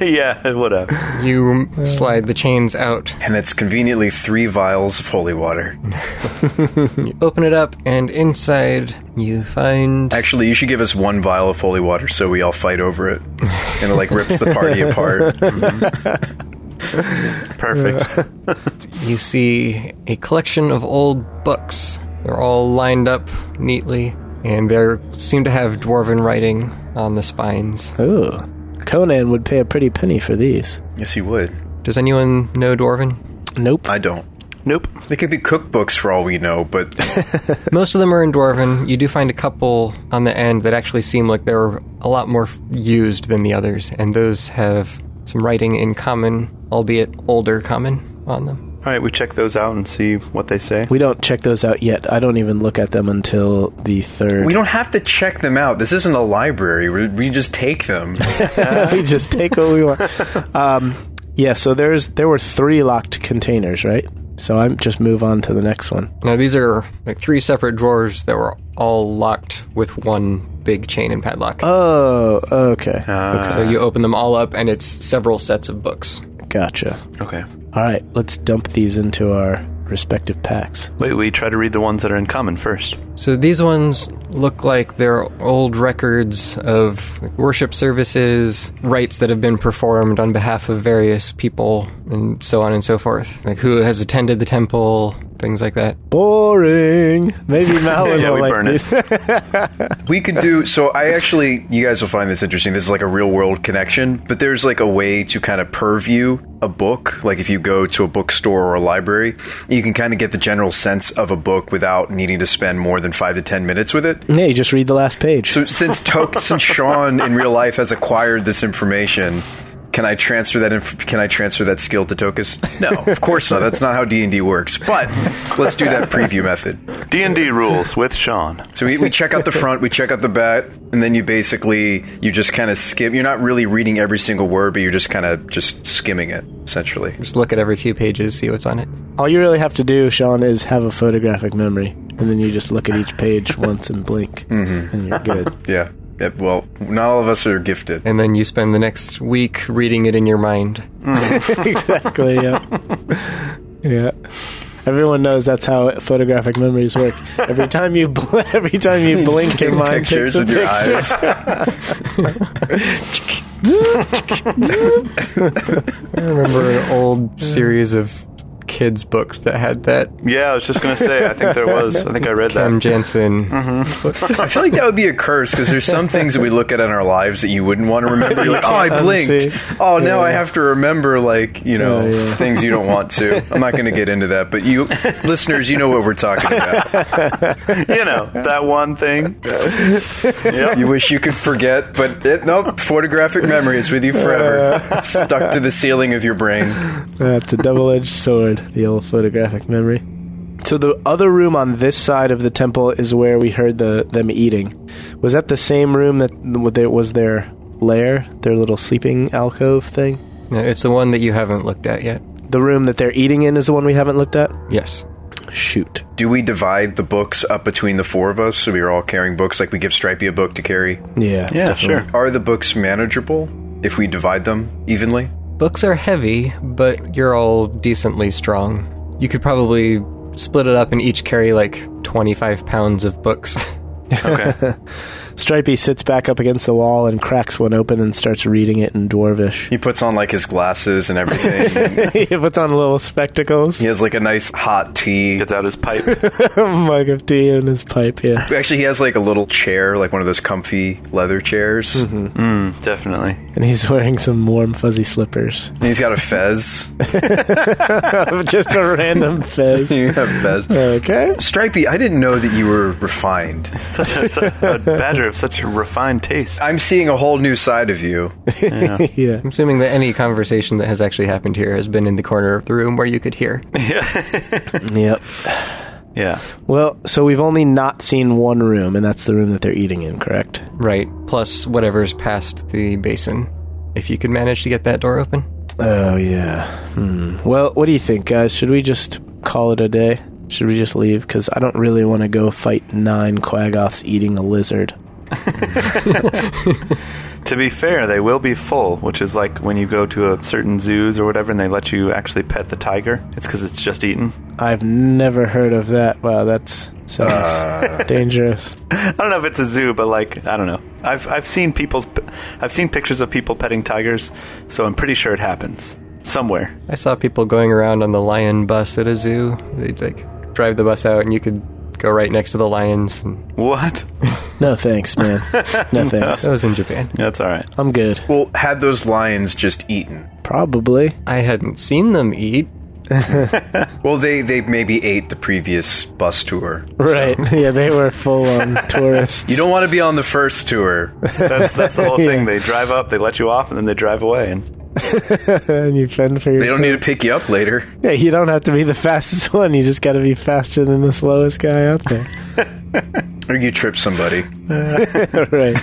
C: yeah, what up?
B: You slide the chains out,
D: and it's conveniently three vials of holy water.
B: you open it up, and inside you find.
D: Actually, you should give us one vial of holy water so we all fight over it, and it like rips the party apart.
C: Perfect.
B: You see a collection of old books. They're all lined up neatly, and they seem to have dwarven writing on the spines.
E: Ooh. Conan would pay a pretty penny for these.
D: Yes, you would.
B: Does anyone know dwarven?
E: Nope.
D: I don't.
C: nope.
D: They could be cookbooks for all we know, but
B: Most of them are in Dwarven. You do find a couple on the end that actually seem like they're a lot more used than the others, and those have some writing in common, albeit older common, on them.
C: All right, we check those out and see what they say.
E: We don't check those out yet. I don't even look at them until the third.
D: We don't have to check them out. This isn't a library. We, we just take them.
E: we just take what we want. Um, yeah, so there's there were three locked containers, right? So I'm just move on to the next one.
B: Now these are like three separate drawers that were all locked with one big chain and padlock.
E: Oh, okay,
C: Uh.
B: so you open them all up, and it's several sets of books.
E: gotcha.
C: Okay.
E: All right, let's dump these into our respective packs.
C: Wait, we try to read the ones that are in common first.
B: So these ones look like they're old records of worship services, rites that have been performed on behalf of various people, and so on and so forth. Like who has attended the temple, things like that.
E: Boring. Maybe Malin
C: Yeah,
E: will
C: we
E: like
C: burn it.
E: these.
D: We could do so. I actually, you guys will find this interesting. This is like a real world connection, but there's like a way to kind of purview a book. Like if you go to a bookstore or a library, you can kind of get the general sense of a book without needing to spend more than five to ten minutes with it.
E: yeah, you just read the last page.
D: So since to- since Sean in real life has acquired this information, can I transfer that? Inf- can I transfer that skill to Tokus? No, of course not. That's not how D and D works. But let's do that preview method.
C: D&D rules with Sean.
D: So we, we check out the front, we check out the back, and then you basically you just kind of skim. You're not really reading every single word, but you're just kind of just skimming it essentially.
B: Just look at every few pages, see what's on it.
E: All you really have to do, Sean, is have a photographic memory, and then you just look at each page once and blink,
D: Mm-hmm.
E: and you're good.
D: Yeah. Yeah, well, not all of us are gifted.
B: And then you spend the next week reading it in your mind.
E: exactly. Yeah. yeah. Everyone knows that's how photographic memories work. Every time you bl- every time you blink, your mind
D: Pictures
E: takes a
D: with your
E: picture.
D: eyes.
B: I remember an old series of kids' books that had that.
C: Yeah, I was just going to say, I think there was. I think I read
B: M.
C: that.
B: Jansen.
D: I feel like that would be a curse because there's some things that we look at in our lives that you wouldn't want to remember. You're like, oh, I
E: can't
D: blinked.
E: unsee.
D: Oh, now I have to remember like you know
E: Yeah, yeah.
D: things you don't want to. I'm not going to get into that, but you listeners, you know what we're talking about.
C: You know, that one thing. Yep.
D: You wish you could forget, but it, nope. Photographic memory is with you forever, stuck to the ceiling of your brain.
E: That's a double-edged sword. The old photographic memory. So the other room on this side of the temple is where we heard the them eating. Was that the same room that that was their lair, their little sleeping alcove thing?
B: No, it's the one that you haven't looked at yet.
E: The room that they're eating in is the one we haven't looked at.
B: Yes.
E: Shoot.
D: Do we divide the books up between the four of us so we are all carrying books? Like we give Stripey a book to carry.
E: Yeah.
C: Yeah,
E: definitely.
C: sure.
D: Are the books manageable if we divide them evenly?
B: Books are heavy, but you're all decently strong. You could probably split it up and each carry like 25 pounds of books.
C: Okay.
E: Stripey sits back up against the wall and cracks one open and starts reading it in dwarvish.
D: He puts on like his glasses and everything.
E: he puts on little spectacles,
D: He has like a nice hot tea.
C: Gets out his pipe.
E: mug of tea in his pipe. Yeah,
D: Actually, he has like a little chair, like one of those comfy leather chairs.
C: Definitely.
E: and he's wearing some warm fuzzy slippers.
D: And he's got a fez.
E: Just a random fez.
D: you have fez.
E: Okay.
D: Stripey, I didn't know that you were refined.
C: Such a, such a badger of such a refined taste.
D: I'm seeing a whole new side of you.
E: Yeah.
B: I'm assuming that any conversation that has actually happened here has been in the corner of the room where you could hear.
E: Yep.
C: Yeah.
E: Well, so we've only not seen one room, and that's the room that they're eating in, correct?
B: Right, plus whatever's past the basin. If you could manage to get that door open.
E: Oh yeah. Hmm. Well, what do you think, guys? Should we just call it a day? Should we just leave? Because I don't really want to go fight nine quaggoths eating a lizard.
C: To be fair, they will be full, which is like when you go to a certain zoos or whatever and they let you actually pet the tiger. It's because it's just eaten.
E: I've never heard of that. Wow, that's sounds dangerous.
C: I don't know if it's a zoo, but like I don't know. I've I've seen people's p- I've seen pictures of people petting tigers, so I'm pretty sure it happens somewhere.
B: I saw people going around on the lion bus at a zoo. They'd like drive the bus out and you could go right next to the lions and
C: What?
E: No thanks, man. No thanks.
B: that was in Japan.
C: That's all right.
E: I'm good.
D: Well, had those lions just eaten?
E: Probably.
B: I hadn't seen them eat.
D: Well, they, they maybe ate the previous bus tour.
E: Right. Yeah, they were full on tourists.
D: You don't want to be on the first tour.
C: That's that's the whole thing. They drive up, they let you off, and then they drive away. And
E: and you fend for
D: They don't
E: yourself.
D: need to pick you up later.
E: yeah, you don't have to be the fastest one. You just got to be faster than the slowest guy out there.
D: Or you trip somebody.
E: right.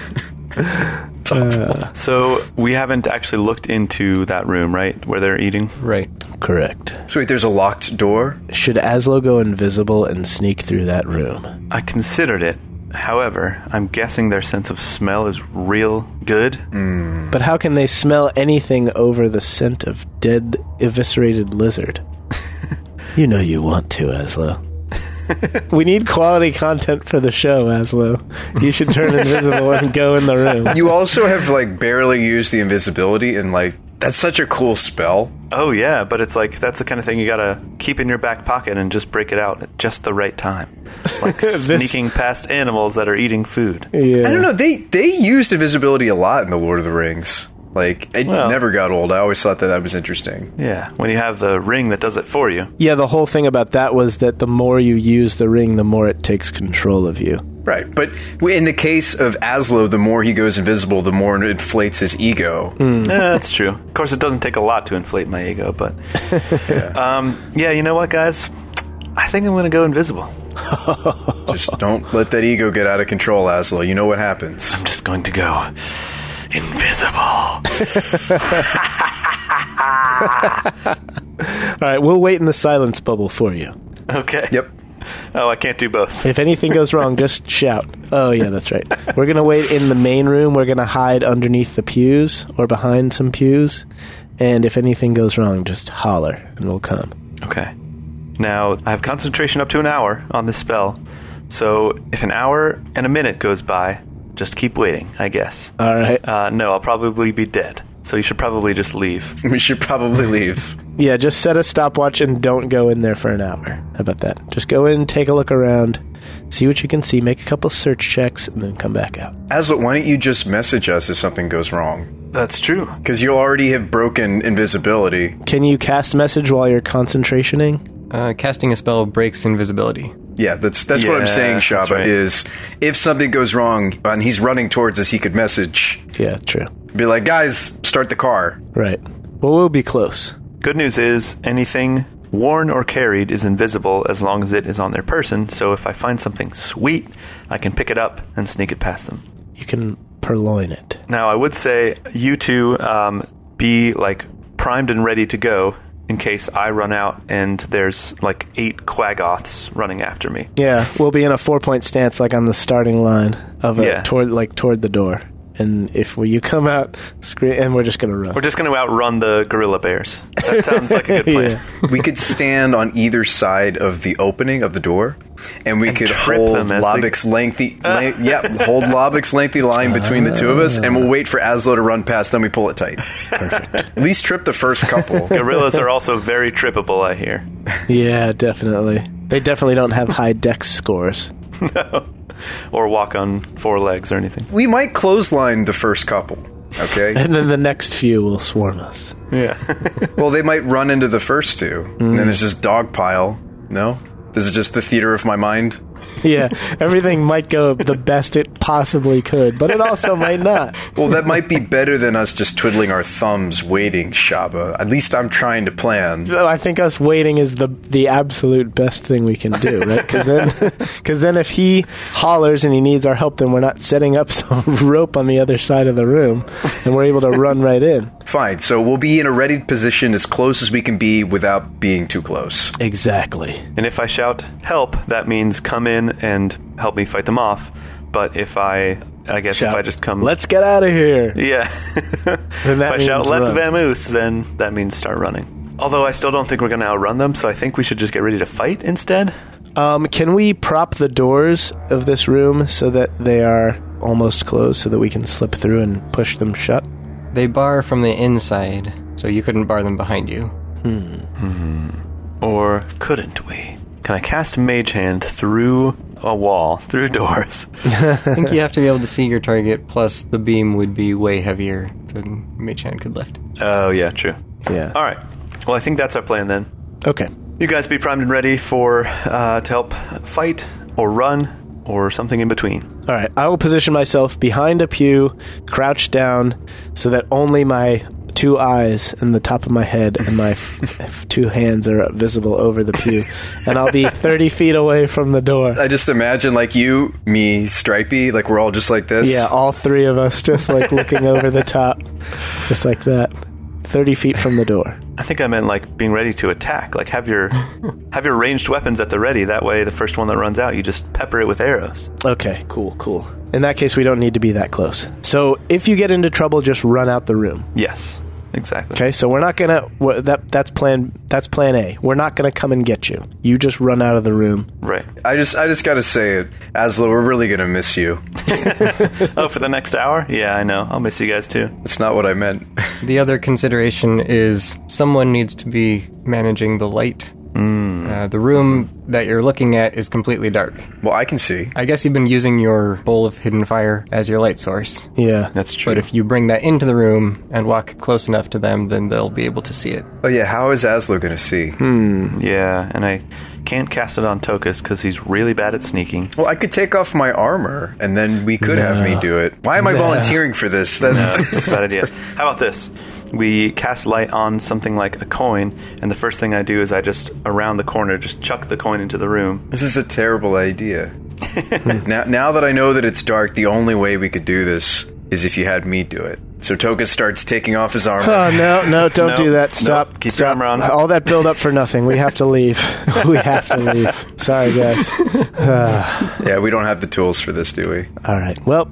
C: So we haven't actually looked into that room, right? Where they're eating.
B: Right.
E: Correct.
D: So wait, there's a locked door?
E: Should Aslo go invisible and sneak through that room?
C: I considered it. However, I'm guessing their sense of smell is real good.
E: But how can they smell anything over the scent of dead, eviscerated lizard? you know you want to, Aslo. we need quality content for the show, Aslo. You should turn invisible and go in the room.
D: You also have like barely used the invisibility and like that's such a cool spell.
C: Oh yeah, but it's like that's the kind of thing you gotta keep in your back pocket and just break it out at just the right time, like sneaking past animals that are eating food.
E: Yeah.
D: I don't know, they they used invisibility a lot in the Lord of the Rings. Like it
C: Well-
D: never got old. I always thought that that was interesting.
C: Yeah, when you have the ring that does it for you.
E: Yeah, the whole thing about that was that the more you use the ring, the more it takes control of you.
D: Right, but w- in the case of Aslo, the more he goes invisible, the more it inflates his ego.
C: Yeah, Eh, that's true. Of course, it doesn't take a lot to inflate my ego, but um, yeah, you know what, guys? I think I'm gonna go invisible.
D: Just don't let that ego get out of control, Aslo. You know what happens.
C: I'm just going to go invisible.
E: All right, we'll wait in the silence bubble for you.
C: Okay.
D: Yep.
C: Oh, I can't do both.
E: If anything goes wrong, just shout. Oh, yeah, that's right. We're going to wait in the main room. We're going to hide underneath the pews or behind some pews. And if anything goes wrong, just holler and we'll come.
C: Okay. Now, I have concentration up to an hour on this spell. So, if an hour and a minute goes by, just keep waiting, I guess.
E: All right.
C: Uh, no, I'll probably be dead. So, you should probably just leave.
D: We should probably leave.
E: Yeah, just set a stopwatch and don't go in there for an hour. How about that? Just go in, take a look around, see what you can see, make a couple search checks, and then come back out.
D: Aslo, why don't you just message us if something goes wrong?
C: That's true.
D: Because you already have broken invisibility.
E: Can you cast message while you're concentrationing?
B: Uh, casting a spell breaks invisibility.
D: Yeah, that's that's what I'm
C: Yeah,
D: saying,
C: that's
D: Shaba,
C: right.
D: is if something goes wrong and he's running towards us, he could message
E: Yeah, true.
D: be like, Guys, start the car.
E: Right. Well, we'll be close.
C: Good news is anything worn or carried is invisible as long as it is on their person. So, if I find something sweet, I can pick it up and sneak it past them.
E: You can purloin it.
C: Now, I would say you two um, be like primed and ready to go in case I run out and there's like eight quaggoths running after me.
E: Yeah, we'll be in a four-point stance, like on the starting line of a
C: Yeah.
E: toward, like toward the door. And if we, you come out, scream, and we're just gonna run.
C: We're just going to outrun the gorilla bears. That sounds like a good plan.
E: Yeah.
D: we could stand on either side of the opening of the door, and we could
C: trip
D: hold
C: them as they-
D: Lobbock's lengthy, la- yeah, hold Lobbock's lengthy line between the two of us, and we'll wait for Aslo to run past. Then we pull it tight. Perfect. At least trip the first couple.
C: Gorillas are also very trippable, I hear.
E: yeah, definitely. They definitely don't have high dex scores.
C: Or walk on four legs or anything.
D: we might clothesline the first couple. Okay.
E: And then the next few will swarm us.
C: Yeah.
D: well, they might run into the first two, and
C: Mm.
D: then it's just dog pile. No, this is just the theater of my mind.
E: Yeah, everything might go the best it possibly could, but it also might not.
D: Well, that might be better than us just twiddling our thumbs waiting, Shaba. At least I'm trying to plan.
E: So I think us waiting is the the absolute best thing we can do, right? Because then, cause then if he hollers and he needs our help, then we're not setting up some rope on the other side of the room, and we're able to run right in.
D: Fine. So we'll be in a ready position as close as we can be without being too close.
E: Exactly.
C: And if I shout help, that means come in and help me fight them off. But if I, I guess if I just come.
E: Let's get out of here.
C: Yeah.
E: Then that
C: if I shout,
E: means
C: let's
E: run."
C: vamoose, then that means start running. Although I still don't think we're going to outrun them, so I think we should just get ready to fight instead.
E: Um, can we prop the doors of this room so that they are almost closed, so that we can slip through and push them shut?
B: They bar from the inside, so you couldn't bar them behind you.
C: Or couldn't we? Can I cast Mage Hand through a wall, through doors?
B: I think you have to be able to see your target, plus the beam would be way heavier than Mage Hand could lift.
C: oh, yeah, true.
E: Yeah.
C: All right. Well, I think that's our plan then.
E: Okay.
C: You guys be primed and ready for uh, to help fight or run or something in between.
E: All right, I will position myself behind a pew, crouched down, so that only my two eyes in the top of my head, and my f- f- two hands are visible over the pew, and I'll be thirty feet away from the door.
D: I just imagine like you, me, Stripey, like we're all just like this.
E: Yeah, all three of us just like looking over the top, just like that, thirty feet from the door.
C: I think I meant like being ready to attack. Like have your have your ranged weapons at the ready. That way, the first one that runs out, you just pepper it with arrows.
E: Okay, cool, cool. In that case, we don't need to be that close. So if you get into trouble, just run out the room.
C: Yes, exactly.
E: Okay, so we're not gonna wha- that that's plan that's plan A. We're not gonna come and get you. You just run out of the room.
C: Right.
D: I just I just gotta say it, Asla, we're really gonna miss you.
C: Oh, for the next hour? Yeah, I know. I'll miss you guys too.
D: That's not what I meant.
B: The other consideration is someone needs to be managing the light. Uh, the room that you're looking at is completely dark.
D: well, I can see.
B: I guess you've been using your bowl of hidden fire as your light source,
E: Yeah,
C: That's true.
B: but if you bring that into the room and walk close enough to them, then they'll be able to see it.
D: Oh yeah, how is Asla gonna see?
E: Hmm.
C: yeah, and I can't cast it on Tokus because he's really bad at sneaking.
D: Well, I could take off my armor, and then we could have me do it. Why am I volunteering for this? That-
C: That's a bad idea. How about this? We cast light on something like a coin, and the first thing I do is I just around the corner just chuck the coin into the room.
D: This is a terrible idea.
E: Hmm.
D: now, now that I know that it's dark, the only way we could do this is if you had me do it. So Toka starts taking off his armor.
E: Oh no, no, don't
C: No,
E: do
C: no,
E: that. Stop.
C: keep your
E: stop.
C: arm on.
E: All that build up for nothing. We have to leave. we have to leave. Sorry guys.
D: yeah, we don't have the tools for this, do we?
E: All right. Well,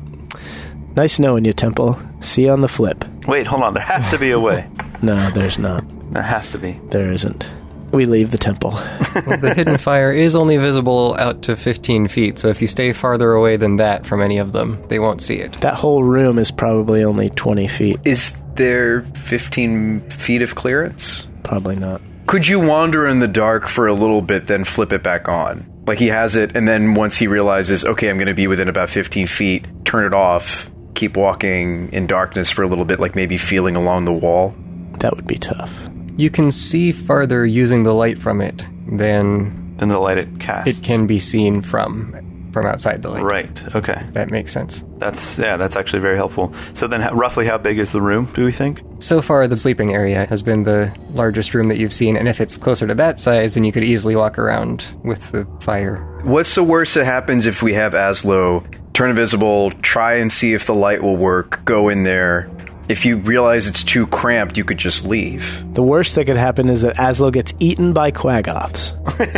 E: nice knowing you, Temple. See you on the flip.
C: Wait, hold on. There has to be a way.
E: No, there's not.
C: There has to be.
E: There isn't. We leave the temple.
B: the hidden fire is only visible out to 15 feet, so if you stay farther away than that from any of them, they won't see it.
E: That whole room is probably only 20 feet.
D: Is there 15 feet of clearance?
E: Probably not.
D: Could you wander in the dark for a little bit, then flip it back on? Like he has it, and then once he realizes, okay, I'm going to be within about 15 feet, turn it off, keep walking in darkness for a little bit, like maybe feeling along the wall.
E: That would be tough.
B: You can see farther using the light from it than
C: Then the light it casts.
B: it can be seen from from outside the light.
C: Right. Okay.
B: That makes sense.
C: That's yeah. That's actually very helpful. So then, ho- roughly, how big is the room? Do we think?
B: So far, the sleeping area has been the largest room that you've seen, and if it's closer to that size, then you could easily walk around with the fire.
D: What's the worst that happens if we have Aslo turn invisible, try and see if the light will work, go in there? If you realize it's too cramped, you could just leave.
E: The worst that could happen is that Aslo gets eaten by quaggoths.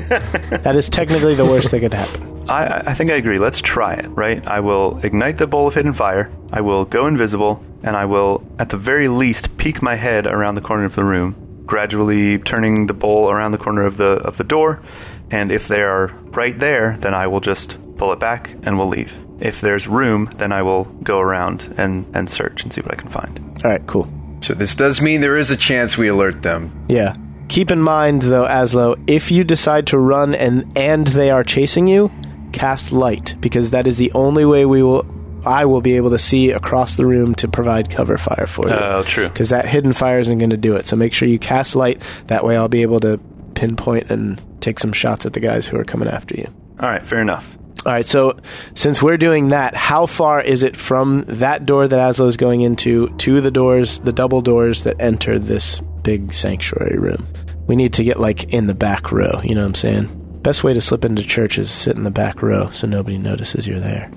E: that is technically the worst that could happen.
C: I, I think I agree. Let's try it, right? I will ignite the bowl of hidden fire. I will go invisible, and I will, at the very least, peek my head around the corner of the room, gradually turning the bowl around the corner of the of the door. And if they are right there, then I will just pull it back and we'll leave. If there's room, then I will go around and, and search and see what I can find.
E: All right, cool.
D: So this does mean there is a chance we alert them.
E: Yeah. Keep in mind, though, Aslo, if you decide to run and and they are chasing you, cast light because that is the only way we will. I will be able to see across the room to provide cover fire for you.
C: Oh, true.
E: Because that hidden fire isn't going to do it. So make sure you cast light. That way, I'll be able to pinpoint and take some shots at the guys who are coming after you.
C: All right, fair enough.
E: All right, so since we're doing that, how far is it from that door that Aslo is going into to the doors, the double doors that enter this big sanctuary room? We need to get like in the back row, you know what I'm saying? Best way to slip into church is sit in the back row so nobody notices you're there.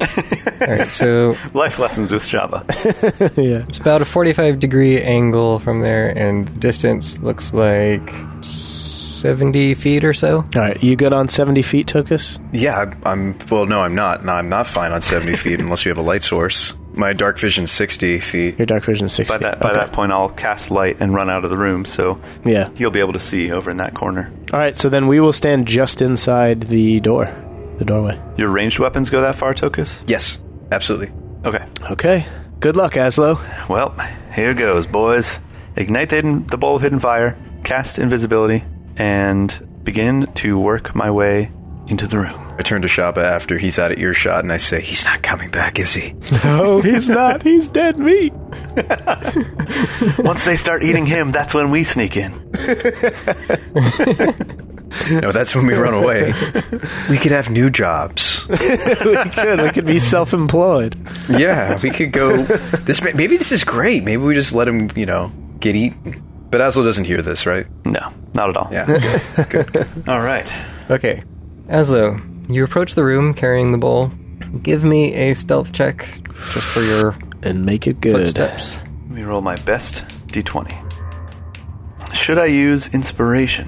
B: All right, so
C: Life lessons with Java.
E: yeah.
B: it's about a 45 degree angle from there, and the distance looks like 70 feet or so.
E: All right, you good on 70 feet, Tokus?
D: Yeah, I'm- I'm. Well, no, I'm not. No, I'm not fine on 70 feet unless we have a light source. My dark vision's 60 feet.
E: Your dark vision is 60.
C: By that by
E: Okay.
C: that point, I'll cast light and run out of the room. So
E: Yeah.
C: you'll be able to see over in that corner.
E: All right, so then we will stand just inside the door, the doorway.
C: Your ranged weapons go that far, Tokus?
D: Yes, absolutely.
C: Okay.
E: Okay. Good luck, Aslo.
C: Well, here goes, boys. Ignite the, hidden, the bowl of hidden fire, cast invisibility, and begin to work my way into the room.
D: I turn to Shaba after he's out of earshot, and I say, "He's not coming back, is he?"
E: No, he's not. He's dead meat.
C: Once they start eating him, that's when we sneak in.
D: No, that's when we run away. We could have new jobs.
E: we could. We could be self-employed.
D: Yeah, we could go. This may- maybe this is great. Maybe we just let him, you know, get eaten. But Aslo doesn't hear this, right?
C: No, not at all.
D: Yeah. good, good, good.
C: All right.
B: Okay. Aslo, you approach the room carrying the bowl. Give me a stealth check just for your
E: and make it good.
B: footsteps.
C: Let me roll my best d20. Should I use inspiration?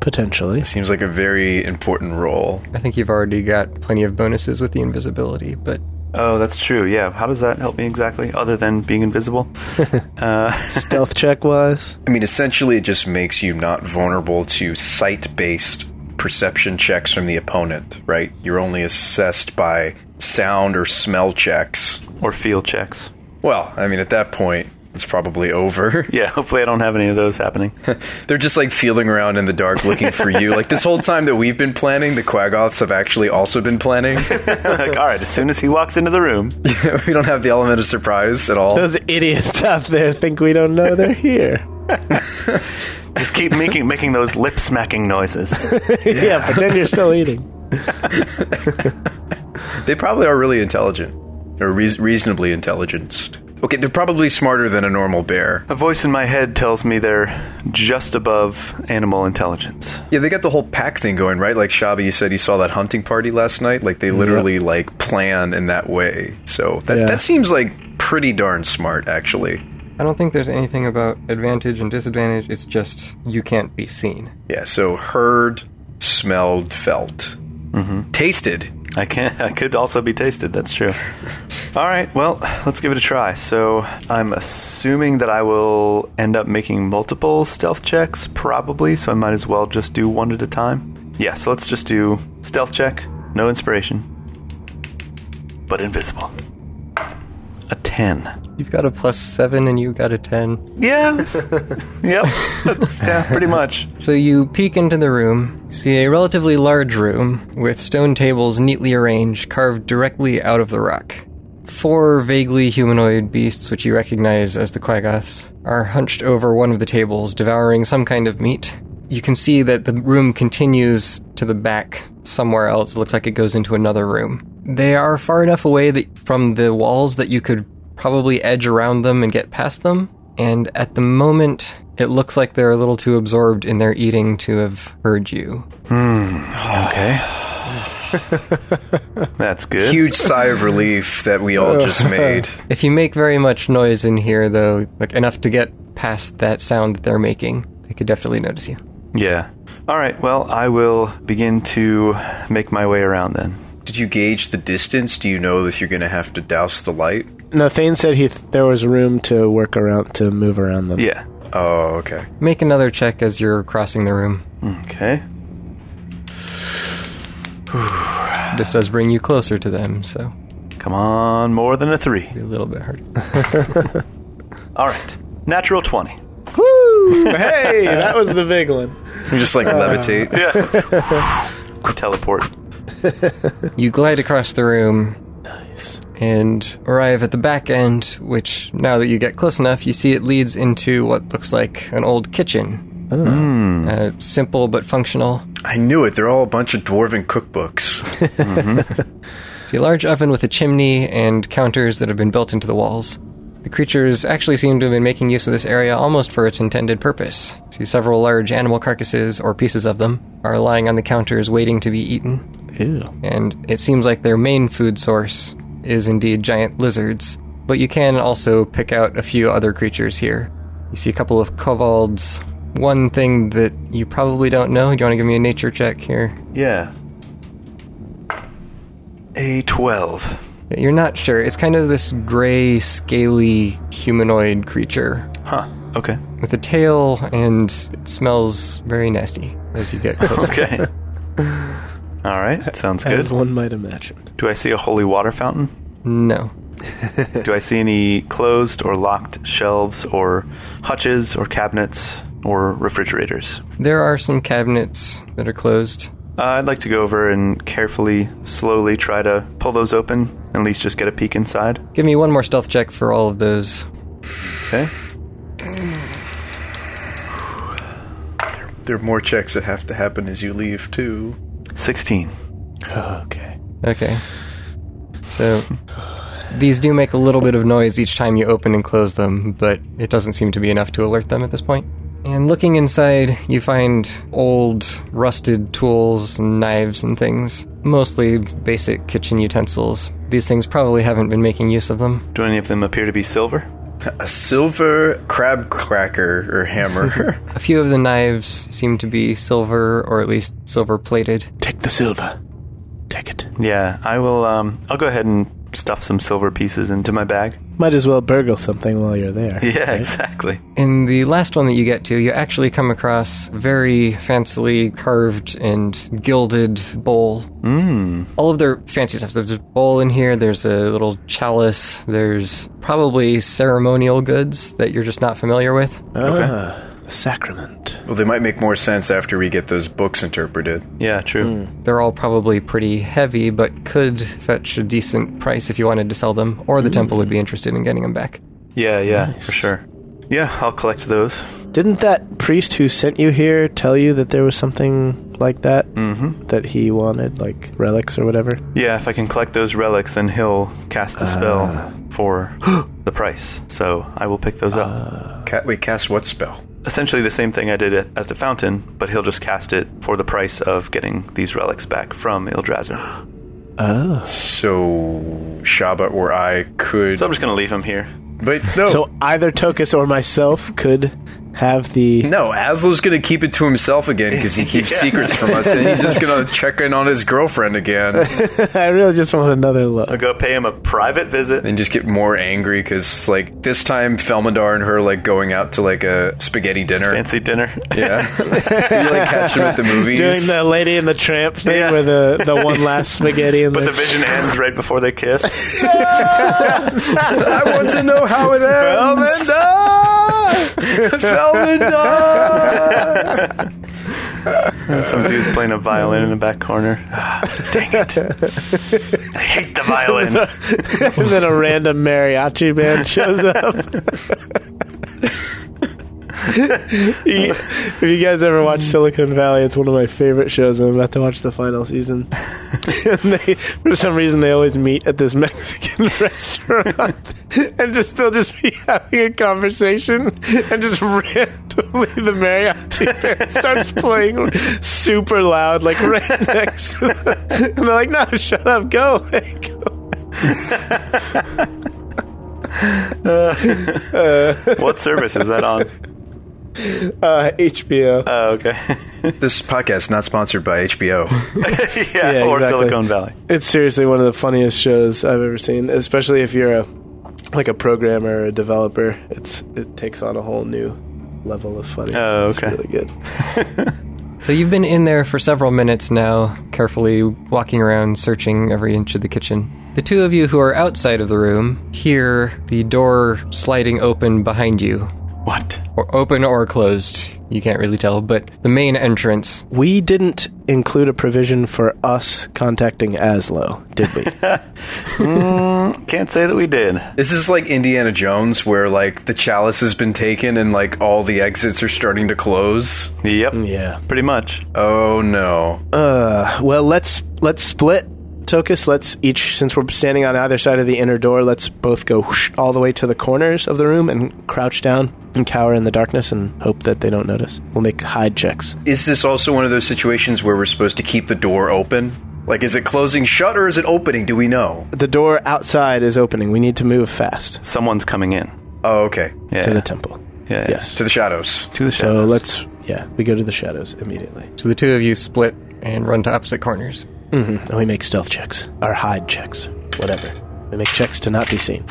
E: Potentially.
D: Seems like a very important role.
B: I think you've already got plenty of bonuses with the invisibility, but
C: Oh, that's true. Yeah. How does that help me exactly, other than being invisible? uh,
E: Stealth check wise.
D: I mean, essentially, it just makes you not vulnerable to sight based perception checks from the opponent, right? You're only assessed by sound or smell checks.
C: or field checks.
D: Well, I mean, at that point, it's probably over.
C: Yeah. Hopefully, I don't have any of those happening.
D: They're just like feeling around in the dark looking for you. like this whole time that we've been planning, the Quaggoths have actually also been planning.
C: like, all right. As soon as he walks into the room,
D: we don't have the element of surprise at all.
E: Those idiots out there think we don't know they're here.
C: just keep making making those lip smacking noises.
E: yeah. pretend you're still eating.
D: They probably are really intelligent, or reas reasonably intelligent. Okay, they're probably smarter than a normal bear.
C: A voice in my head tells me they're just above animal intelligence.
D: Yeah, they got the whole pack thing going, right? Like Shabi, you said you saw that hunting party last night. Like they literally like plan in that way. So that
E: Yeah.
D: that seems like pretty darn smart, actually.
B: I don't think there's anything about advantage and disadvantage. It's just you can't be seen.
D: Yeah. So heard, smelled, felt, mm-hmm. tasted.
C: I can I could also be tasted. That's true. All right. Well, let's give it a try. So I'm assuming that I will end up making multiple stealth checks, probably. So I might as well just do one at a time. Yeah. So let's just do stealth check, no inspiration, but invisible. A ten.
B: You've got a plus seven and you got a ten.
C: Yeah. yep. That's, yeah. Pretty much.
B: So you peek into the room, see a relatively large room with stone tables neatly arranged, carved directly out of the rock. Four vaguely humanoid beasts, which you recognize as the Quaggoths, are hunched over one of the tables, devouring some kind of meat. You can see that the room continues to the back somewhere else. It looks like it goes into another room. They are far enough away that from the walls that you could probably edge around them and get past them. And at the moment, it looks like they're a little too absorbed in their eating to have heard you.
C: Okay. That's good.
D: Huge sigh of relief that we all just made.
B: If you make very much noise in here, though, like enough to get past that sound that they're making, they could definitely notice you.
C: Yeah. All right. Well, I will begin to make my way around then.
D: Did you gauge the distance? Do you know if you're going to have to douse the light?
E: No, Thane said he th- there was room to work around to move around them.
C: Yeah.
D: Oh, okay.
B: Make another check as you're crossing the room.
C: Okay.
B: This does bring you closer to them, so
C: Come on, more than a three.
B: it'll be a little bit hard.
C: All right. Natural 20.
E: Woo! Hey, that was the big one.
D: You just like levitate.
C: Teleport.
B: You glide across the room. Nice. And arrive at the back end, which now that you get close enough, you see it leads into what looks like an old kitchen. Uh, simple but functional.
D: I knew it. They're all a bunch of dwarven cookbooks.
B: See a large oven with a chimney and counters that have been built into the walls. The creatures actually seem to have been making use of this area almost for its intended purpose. See several large animal carcasses, or pieces of them, are lying on the counters waiting to be eaten.
E: Ew.
B: and it seems like their main food source is indeed giant lizards. But you can also pick out a few other creatures here. You see a couple of kobolds. One thing that you probably don't know. Do you want to give me a nature check here?
C: Yeah. A 12.
B: You're not sure. It's kind of this gray, scaly humanoid creature
C: Huh. Okay.
B: with a tail, and it smells very nasty as you get closer.
C: Okay. All right. Sounds good.
E: As one might imagine.
C: Do I see a holy water fountain?
B: no.
C: Do I see any closed or locked shelves or hutches or cabinets or refrigerators?
B: There are some cabinets that are closed.
C: Uh, I'd like to go over and carefully, slowly try to pull those open, and at least just get a peek inside.
B: Give me one more stealth check for all of those.
C: Okay.
D: there are more checks that have to happen as you leave, too.
C: 16.
E: Okay.
B: Okay. So These do make a little bit of noise each time you open and close them, but it doesn't seem to be enough to alert them at this point. And looking inside, you find old, rusted tools and knives and things. Mostly basic kitchen utensils. These things probably haven't been making use of them.
C: Do any of them appear to be silver?
D: A silver crab cracker or hammer.
B: A few of the knives seem to be silver, or at least silver plated.
E: Take the silver. Take it.
C: Yeah, I will. Um, I'll go ahead and stuff some silver pieces into my bag.
E: Might as well burgle something while you're there.
C: Yeah,
E: right?
C: exactly.
B: In the last one that you get to, you actually come across a very fancily carved and gilded bowl.
C: Mmm.
B: All of their fancy stuff. There's a bowl in here, there's a little chalice, there's probably ceremonial goods that you're just not familiar with.
E: Ah, the sacrament.
D: well, they might make more sense after we get those books interpreted.
C: Yeah, true.
B: They're all probably pretty heavy, but could fetch a decent price if you wanted to sell them, or the temple would be interested in getting them back.
C: Yeah, yeah, for sure. Yeah, I'll collect those.
E: Didn't that priest who sent you here tell you that there was something like that
C: Mm-hmm.
E: that he wanted, like relics or whatever?
C: Yeah, if I can collect those relics, then he'll cast a spell for the price. So I will pick those up.
D: Ca- wait, cast what spell?
C: Essentially, the same thing I did at, at the fountain, but he'll just cast it for the price of getting these relics back from Ildrazzar.
E: Oh.
D: So Shaba or I could.
C: So I'm just gonna leave him here.
D: but no,
E: So either Tokus or myself could have the.
D: no. Aslo's gonna keep it to himself again because he keeps
C: Yeah.
D: secrets from us, and he's just gonna check in on his girlfriend again
E: I really just want another
C: I'll
E: look.
C: go pay him a private visit.
D: and just get more angry because like this time Felmadar and her like going out to like a spaghetti dinner.
C: Fancy dinner.
D: Yeah, you like catch him at the movies.
E: Doing the Lady and the Tramp thing
C: Yeah.
E: with the, the one last spaghetti and
C: But
E: the,
C: the vision ends right before they kiss.
D: I want to know how it ends. Felmadar.
C: Some dude's playing a violin in the back corner. Ah, dang it. I hate the violin.
E: and then a random mariachi band shows up. You- if you guys ever watch Silicon Valley, it's one of my favorite shows, and I'm about to watch the final season. and they, for some reason, they always meet at this Mexican restaurant, and just they'll just be having a conversation, and just randomly the mariachi band starts playing super loud, like right next to them. And they're like, "No, shut up, go away, go
C: What service is that on?
E: Uh, HBO.
C: Oh, okay.
D: This podcast is not sponsored by HBO.
C: yeah,
E: Yeah,
C: or
E: exactly.
C: Silicon Valley.
E: It's seriously one of the funniest shows I've ever seen, especially if you're a like a programmer or a developer. It's it takes on a whole new level of funny.
C: Oh, okay.
E: It's really good.
B: So you've been in there for several minutes now, carefully walking around, searching every inch of the kitchen. The two of you who are outside of the room hear the door sliding open behind you,
C: What?
B: or open or closed. You can't really tell, but the main entrance.
E: We didn't include a provision for us contacting Aslo, did we?
C: Can't say that we did.
D: This is like Indiana Jones, where like the chalice has been taken and like all the exits are starting to close.
C: Yep.
E: yeah.
C: Pretty much. Uh,
D: Oh no!
E: Uh, well, let's let's split. Tokus, let's each since we're standing on either side of the inner door, let's both go whoosh all the way to the corners of the room and crouch down and cower in the darkness and hope that they don't notice. We'll make hide checks.
D: Is this also one of those situations where we're supposed to keep the door open? Like, is it closing shut or is it opening? Do we know?
E: The door outside is opening. We need to move fast
C: Someone's coming in.
D: Oh, okay.
C: Yeah.
E: to the temple.
C: yeah, yeah.
E: Yes.
D: To the shadows.
C: To the
E: so
C: shadows.
E: let's yeah, we go to the shadows immediately.
B: So the two of you split and run to opposite corners.
E: And we make stealth checks or hide checks, whatever. We make checks to not be seen.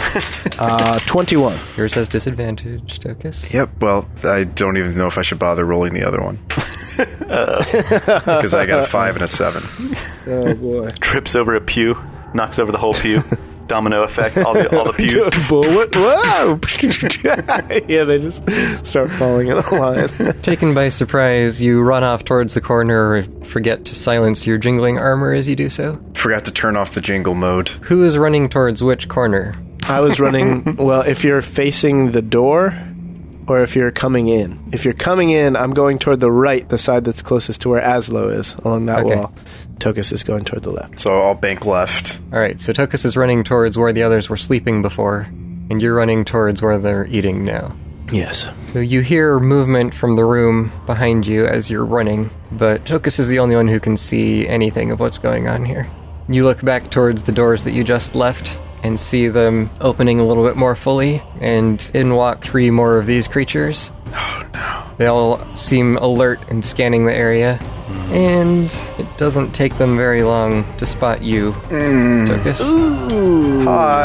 E: Uh, 21.
B: Yours has disadvantage, Tokus.
D: Yep. Well, I don't even know if I should bother rolling the other one because I got a five and a seven.
E: Oh boy.
C: trips over a pew, knocks over the whole pew. Domino effect. All the all the pews.
E: Bullet. Whoa! yeah, they just start falling in a line.
B: Taken by surprise, you run off towards the corner, forget to silence your jingling armor as you do so.
D: Forgot to turn off the jingle mode.
B: Who is running towards which corner?
E: I was running. Well, if you're facing the door, or if you're coming in. If you're coming in, I'm going toward the right, the side that's closest to where Aslo is, along that
B: Okay.
E: wall. Tokus is going toward the left.
D: So I'll bank left.
B: All right, so Tokus is running towards where the others were sleeping before, and you're running towards where they're eating now.
E: Yes.
B: So you hear movement from the room behind you as you're running, but Tokus is the only one who can see anything of what's going on here. You look back towards the doors that you just left and see them opening a little bit more fully, and in walk three more of these creatures. Oh no. They all seem alert and scanning the area, and Hmm. it doesn't take them very long to spot you, Tokus.
C: Hi.